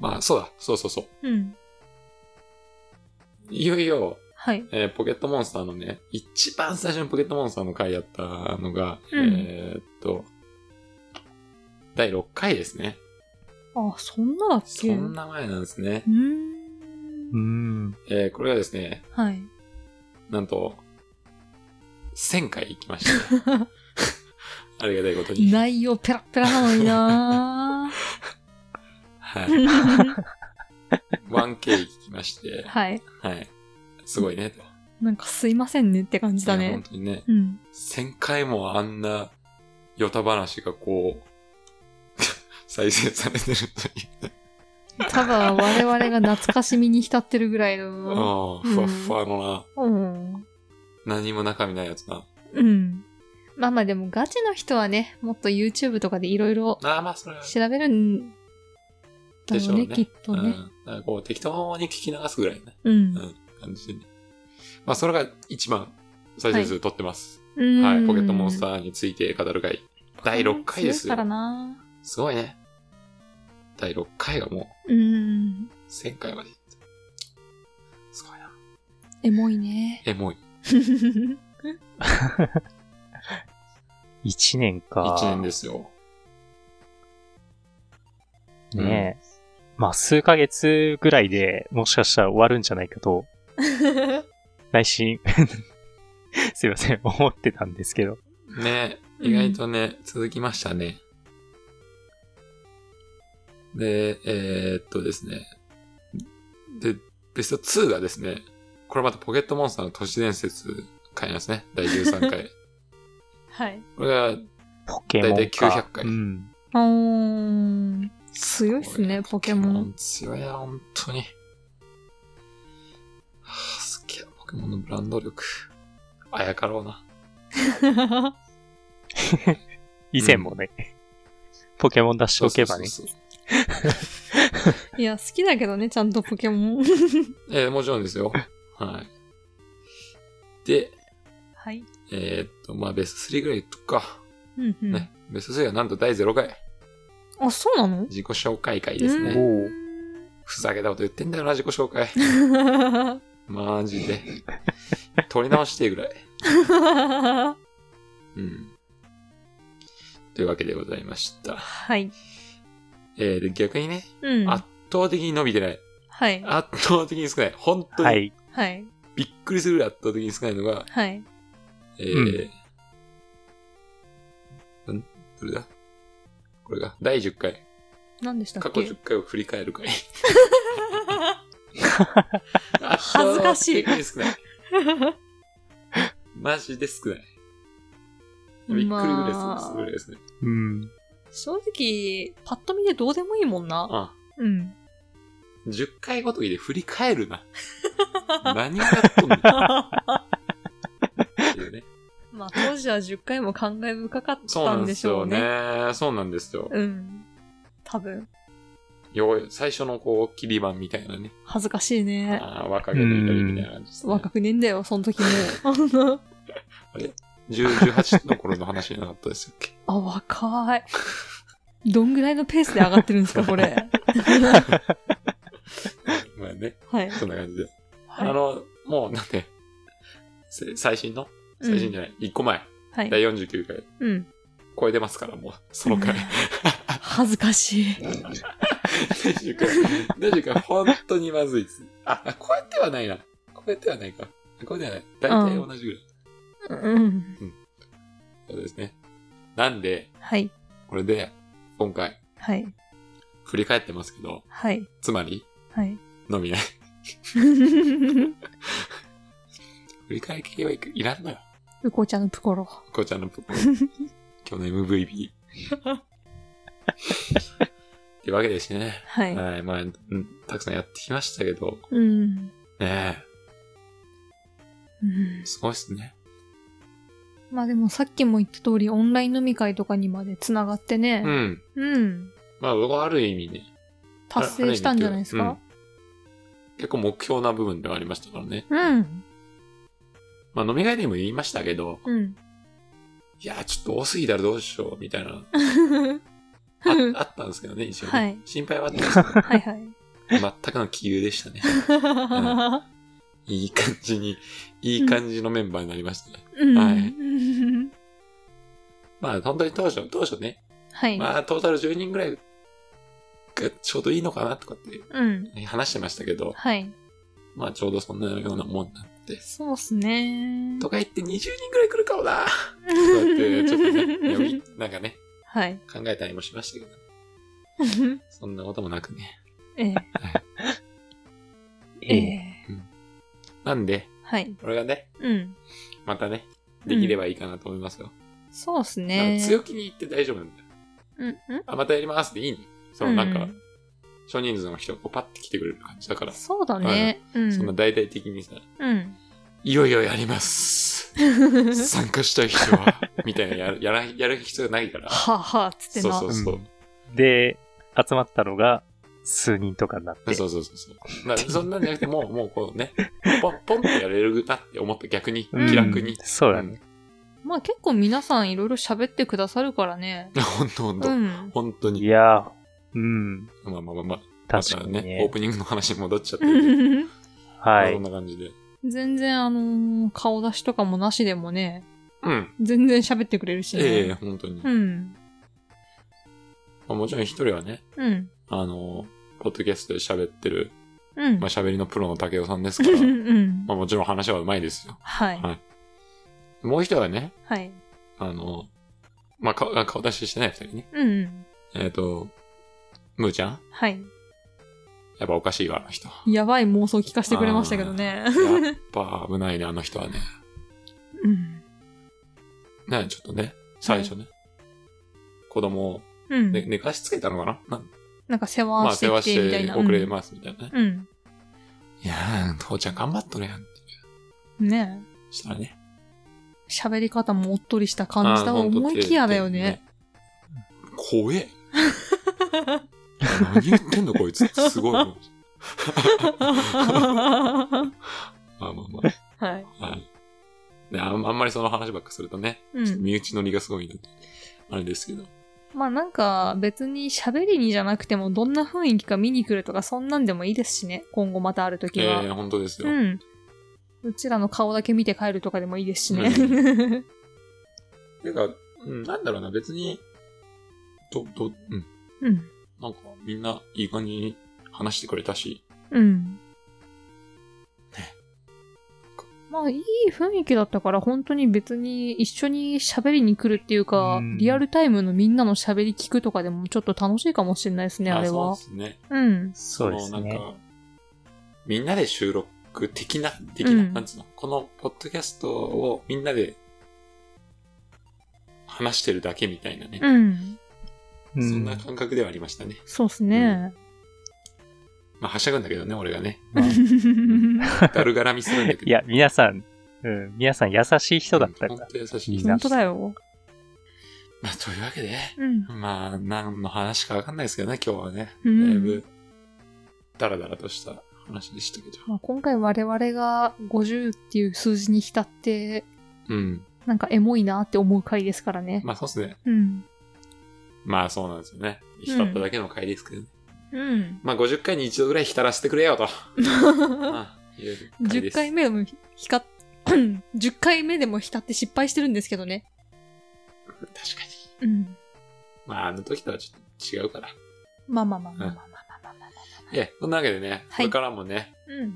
B: まあ、そうだ。そうそうそう。
C: うん。
B: いよいよ、
C: はい。
B: えーポケットモンスターのね、一番最初のポケットモンスターの回やったのが、
C: うん
B: えーっと、第6回ですね。
C: あ、そんなだっけ
B: そんな前なんですね
C: う。ー。
D: うんん。
B: えーこれがですね、
C: はい。
B: なんと、1000回行きました。ありがたいことに。
C: 内容ペラペラなのにな
B: はい。
C: (laughs) ぁ
B: 1K 聞きまして、
C: はい。
B: はい。すごいね、と。
C: なんかすいませんねって感じだ
B: いや本
C: ね。
B: 当にね、
C: うん。
B: 1000回もあんな、ヨタ話がこう、 (laughs) 再生されてるという。
C: ただ我々が懐かしみに浸ってるぐらいの。
B: ああ、ふわっふわのな、
C: うん。
B: 何も中身ないやつな。
C: うん。まあまあでもガチの人はね、もっと YouTube とかでいろいろ
B: ああ、まあそれは。
C: 調べるんしたろうね、
B: でしょうね
C: きっと
B: うん。だ
C: ね。
B: からこう適当に聞き流すぐらいのね、
C: うん。
B: 感じでね。まあ、それが一番再生数取ってます。
C: うん
B: はい。ポケットモンスターについて語る会。第6回です
C: 強いから
B: よ。
C: な。
B: すごいね。第6回がも
C: うん。
B: う1000回までいって。すごいな。
C: エモいね。
B: エモい。
D: 1年か。
B: 1年ですよ。
D: ねえ。まあ、数ヶ月ぐらいでもしかしたら終わるんじゃないかと、内心、 (laughs) すいません、思ってたんですけど。
B: ね
C: うん
B: 意外とね、続きましたね。で、えーっとですね。で、ベスト2がですね、これまたポケットモンスターの都市伝説回なんですね。第13回。
C: (laughs) はい。
B: これが、
D: ポケモンか。
B: 大体900回
D: うん。
C: あー強いっすね、ポケモン。。
B: 強いな、本当に。はあ、すっげえ、ポケモンのブランド力。あやかろうな。
D: 以前もね、ポケモン出しておけばね。
B: そうそうそ
C: (laughs)
B: う
C: いや、好きだけどね、ちゃんとポケモン。
B: えーもちろんですよ。はい。で、
C: はい。
B: えーっと、まあ、ベスト3ぐらい言っとくか。
C: うんうん。
B: ね。ベスト3はなんと第0回。
C: あ、そうなの
B: 自己紹介会です
C: う
B: ね。
D: おお。
B: ふざけたこと言ってんだよな、自己紹介。マジで。取り直してぐらい。うん。というわけでございました。
C: はい。
B: えーで、逆にね、
C: うん。
B: 圧倒的に伸びてない。
C: はい。
B: 圧倒的に少ない。本当
D: は
B: に
D: い。
C: はい。
B: びっくりするぐらい圧倒的に少ないのが、
C: はい。
B: えー、んどれだこれが、第10回。
C: 何でしたっ
B: 過
C: け
B: 去10回を振り返る
C: (laughs)
B: 回。
C: 恥ずかしい
B: 圧倒的に少ない。
C: (laughs)
B: マジで少ない。びっくりぐらいする
C: まあ
B: するぐらいですね。
D: うん。
C: 正直、パッと見でどうでもいいもんな。
B: あ (laughs)
C: うん。
B: 10回ごときで振り返
C: (laughs)
B: るな。何をやっとんのってい
C: (laughs)
B: うね。
C: まあ、当時は10回も感慨深かっ
B: そう
C: た
B: な
C: ん
B: んで
C: ですしょ
B: よ
C: うね。
B: ね。そうなんですよ。
C: うん。多分、
B: よう最初のこう、切り板みたいなね。
C: 恥ずかしいね。
B: ああ、若気の至りみたいな感じですね。
C: 若くねえんだよ、その時
B: (laughs)
C: も。
B: 10 18の頃の話じゃなかったですっけ
C: あ、若い。どんぐらいのペースで上がってるんですか、こ
B: (laughs)
C: れ。 (laughs)
B: まあね、
C: はい。
B: そんな感じで。
C: はい
B: あの、もうなんで、せ最新の最新じゃない、1個前、
C: はい。
B: 第49回、
C: うん。
B: 超えてますから、もう、その (laughs) 回。
C: 恥ずかしい。
B: 第10回、第10回、本当にまずいです。あ、あ超えてはないな。超えてはないか。超えてはない。大体同じぐらい。
C: うん。
B: そうですね。なんで、
C: はい。
B: これで、今回、
C: はい。
B: 振り返ってますけど、
C: はい。
B: つまり、 (laughs)
C: はい。
B: 飲みない。振り返り系はいくいらんのよ。
C: うこちゃんのところ。
B: こちゃんのプ (laughs) 今日の MVP。っていうわけですね。
C: はい。
B: はい、まあ、うんたくさんやってきましたけど、
C: うん。
B: ね
C: うん
B: え、すごいっすね。
C: まあでもさっきも言った通り、オンライン飲み会とかにまで繋がって
B: う
C: ね。
B: ん。
C: うん。
B: まあ、僕はある意味ね、
C: 達成したんじゃないです
B: あ
C: か
B: うん結構目標な部分ではありましたからね。
C: うん。
B: まあ、飲み会でも言いましたけど、
C: うん。
B: いやー、ちょっと多すぎたらどうしよう、みたい
C: (laughs)
B: な、あ
C: は
B: あったんですけどね、一応、ね
C: はい
B: 心配はあったんですけど、
C: いはい。
B: 全くの杞憂でしたね。 (laughs) いい感じに、いい感じのメンバーになりましたね。
C: うん。
B: は
C: はいい。
B: まあ、本当に当初、当初ね、
C: はい。
B: まあ、トータル10人ぐらいがちょうどいいのかなとかっ
C: うん。
B: て話してましたけど、
C: はい。
B: まあ、ちょうどそんなようなもんなんで。
C: そうっすね。
B: とか言って20人ぐらい来るかもなとかって、ちょっと
C: (laughs)
B: ね、よぎなんかね、
C: はい。
B: 考えたりもしましたけど、そんなこともなくね。
C: ええ。
D: ええ。
C: え。
B: なんで、
C: はい。
B: これがね、
C: うん。
B: またね、できればいいかなと思いますよ。
C: そうっす
B: なん
C: ね。
B: か強気に言って大丈夫なんだよ。
C: うん。うん
B: あ、またやりますでいいね。そのなんか
C: う、ん
B: 少人数の人がこうパッて来てくれる感じだから、
C: そうだね。うん。
B: そんな大々的にさ、
C: うん。
B: いよいよやります参加したい人は、みたいなやる
C: (laughs)
B: やらやる必要ないから。
C: はあはあっつって
B: そう
C: な
B: そ。うそう
D: う。で、集まったのが、数人とかになって。
B: そうそうそうそう。なそんなんじゃなくて、もう、もう (laughs) こうね、ポン、ポンってやれるなって思った逆に、
D: うん
B: 気楽に。
D: そうだね。
C: まあ結構皆さんいろいろ喋ってくださるからね。
B: うん。 (laughs) ほんとほんと
C: う。ん。
B: 本当
D: い
B: に。
D: やー、うん、
B: まあまあまあまあ。
D: 確かに
B: ま
D: ね。
B: たオープニングの話に戻っちゃっ
C: (laughs)
B: てるけど。
D: は
B: そん
D: い。
B: な感じで。
C: 全然あのー顔出しとかもなしでもね、
B: うん。
C: 全然喋ってくれるし、ね。
B: ええ、本当に。ま
C: うん。
B: あもちろん一人はね、
C: うん。
B: あの、ポッドキャストで喋ってる、
C: うん。 (laughs)
B: まあ喋りのプロの竹雄さんですか
C: う
B: ら、
C: んうん。
B: (laughs) まあもちろん話はうまいですよ。
C: はい。
B: もう一人はね、
C: はい。
B: あの、まあ顔顔出ししてない二人ね。
C: うんうん。
B: えっ、と、むーちゃん
C: はい。
B: やっぱおかしいわ、あの人。や
C: やばい妄想聞かせてくれましたけどね。
B: っぱ危ないね、あの人はね。
C: うん。
B: ね、ちょっとね、最初ね。子供を、
C: うん。
B: ね、寝かしつけたのかななん
C: なんか世
B: ま
C: 話
B: あ
C: して
B: 世話
C: き
B: して
C: みたい
B: て
C: な。
B: 遅れますみたいなね。
C: うん。
B: いやー、父ちゃん頑張っとるやんって。
C: うん。ねえ
B: したらね。
C: 喋り方もおっとりした感じだわ。思いきやだよね。。
B: 怖え。 (laughs) 何言ってんのこいつってすごい思う。
C: は
B: まあまあま
C: い。
B: あ。はい。ね、あんあんまりその話ばっかするとね、
C: う
B: (laughs) ちょっと
C: ん。
B: 身内乗りがすごいので、あれですけど。
C: まあなんか別に喋りにじゃなくてもどんな雰囲気か見に来るとかそんなんでもいいですしね。今後またあるとき
B: え
C: は。
B: えー、本当ですよ。
C: うん。うちらの顔だけ見て帰るとかでもいいですしね。
B: ていうか、うん、なんだろうな、別に、と、と、うん、
C: (laughs) うん。
B: なんかみんないい感じに話してくれたし、
C: うん。まあいい雰囲気だったから本当に別に一緒に喋りに来るっていうか、
D: うん
C: リアルタイムのみんなの喋り聞くとかでもちょっと楽しいかもしれないですね、あれ
B: そう
C: は
B: で。すね。
C: うん。
D: そうです
B: の
D: ね。
B: なんか、みんなで収録的な、的
C: う
B: な、
C: ん
B: なんつうの、このポッドキャストをみんなで話してるだけみたいなね、
C: うん。
D: うん
B: そんな感覚ではありましたね。
C: そうっすね。
B: まあ、はしゃぐんだけどね、俺がね。
D: まあ
B: だるがらみするんだけど。
D: (laughs) いや、皆さん、うん、皆さん優しい人だった
B: うんん
D: だ
B: 本。当優しい人。
C: (laughs) 本当だよ。
B: まあ、というわけで、
C: うん。
B: まあ、何の話かわかんないですけどね、今日はね。
C: う
B: だ
C: ん
B: いぶ、ダラダラとした話でしたけど。
C: まあ、今回我々が50っていう数字に浸って、
B: うん。
C: なんかエモいなって思う回ですからね。
B: まあ、そうですね。
C: うん。
B: まあ、そうなんですよね。浸っただけの回ですけどね。
C: (laughs) うん。
B: まあ、50回に一度ぐらい浸らせてくれよと。まあいう回で
C: 10
B: す
C: 回目でも光っ、10回目でも浸って失敗してるんですけどね。
B: 確かに。
C: うん。
B: まあ、あの時とはちょっと違うから。
C: まあまあまあまあまあまあまあまあまあ。
B: いや、そんなわけでね、
C: はい
B: これからもね、
C: うん。
B: い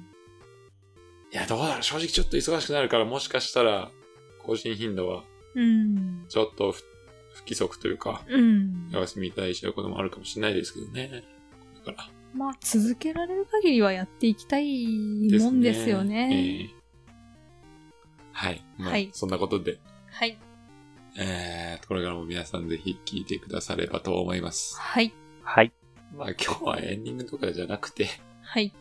B: や、どうだろう、正直ちょっと忙しくなるから、もしかしたら、更新頻度は、
C: うん。
B: ちょっと不不規則というか、
C: うん
B: お。休みいただいちゃうこともあるかもしれないですけどね。だから。
C: まあ、続けられる限りはやっていきたいもんですよね。
B: ええはい。まあ、
C: はい
B: そんなことで、
C: はい。
B: えー、これからも皆さんぜひ聞いてくださればと思います。
C: はい。
D: はい。
B: まあ今日はエンディングとかじゃなくて、
C: はい。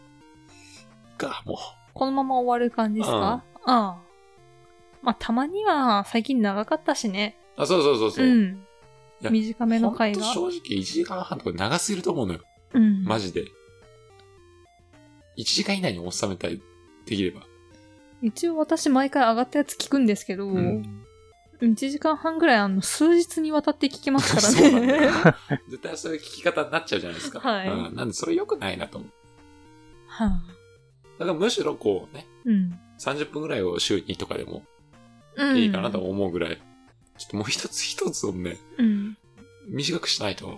B: か、も
C: このまま終わる感じですか、ああ。まあ、たまには最近長かったしね。
B: う。あ、そうそうそうそう。
C: うん。
B: いや
C: 短めの
B: ほん
C: 回
B: と
C: が。
B: 正直1時間半とか長すぎると思うのよ。
C: うん。
B: マジで。1時間以内に収めたい、で
C: (laughs)
B: きれば。
C: 一応私毎回上がったやつ聞くんですけど、
B: ん
C: 1時間半ぐらいあの数日にわたって聞きますか
B: (laughs) そう
C: ら
B: なん
C: ね。
B: だよ。絶対そういう聞き方になっちゃうじゃないですか。
C: はい
B: うん、なんでそれ良くないなと思う。
C: はあ、
B: だからむしろこうね、
C: うん。
B: 30分ぐらいを週にとかでも
C: うん。
B: いいかなと思うぐらい、ちょっともう一つ一つをね、
C: うん。
B: 短くしないと、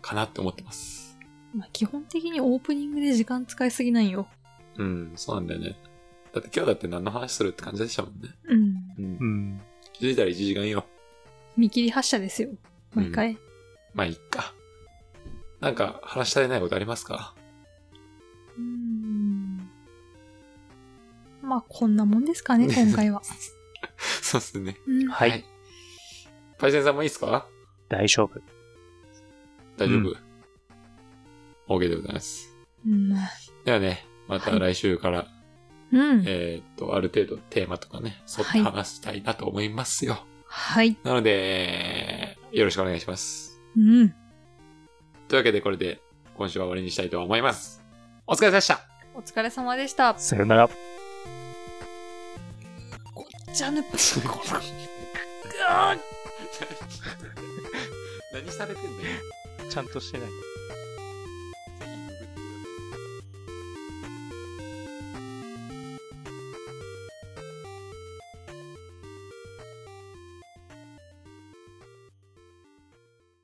B: かなって思ってます。
C: まあ、基本的にオープニングで時間使いすぎないよ。
B: うん、そうなんだよね。だって今日だって何の話するって感じでしたもんね。
C: うん。
B: うん
D: う。ん。
B: 気づいたら1時間よ。
C: 見切り発車ですよ。毎回。
B: まあ、いっか。なんか、話し足りないことありますか
C: うーん。まあ、こんなもんですかね、今回
B: (laughs)
C: は。
B: (laughs) そうっすね。
C: うん。
D: はい
B: パイセンさんもいいっすか
D: 大丈夫。
B: 大丈
D: う
B: 夫、?OK でございます。
C: うん。
B: ではね、また
C: はい
B: 来週から、
C: うん。
B: えーっと、ある程度テーマとかね、沿って話したいなと思いますよ。
C: はい。
B: なので、よろしくお願いします。
C: うん。
B: というわけでこれで今週は終わりにしたいと思います。お疲れ様で (laughs) した
C: お疲れ様でした。
D: さよなら。
C: ごっ (laughs) ちゃぬ。
B: 何されてんだよ。
D: ちゃんとしてない。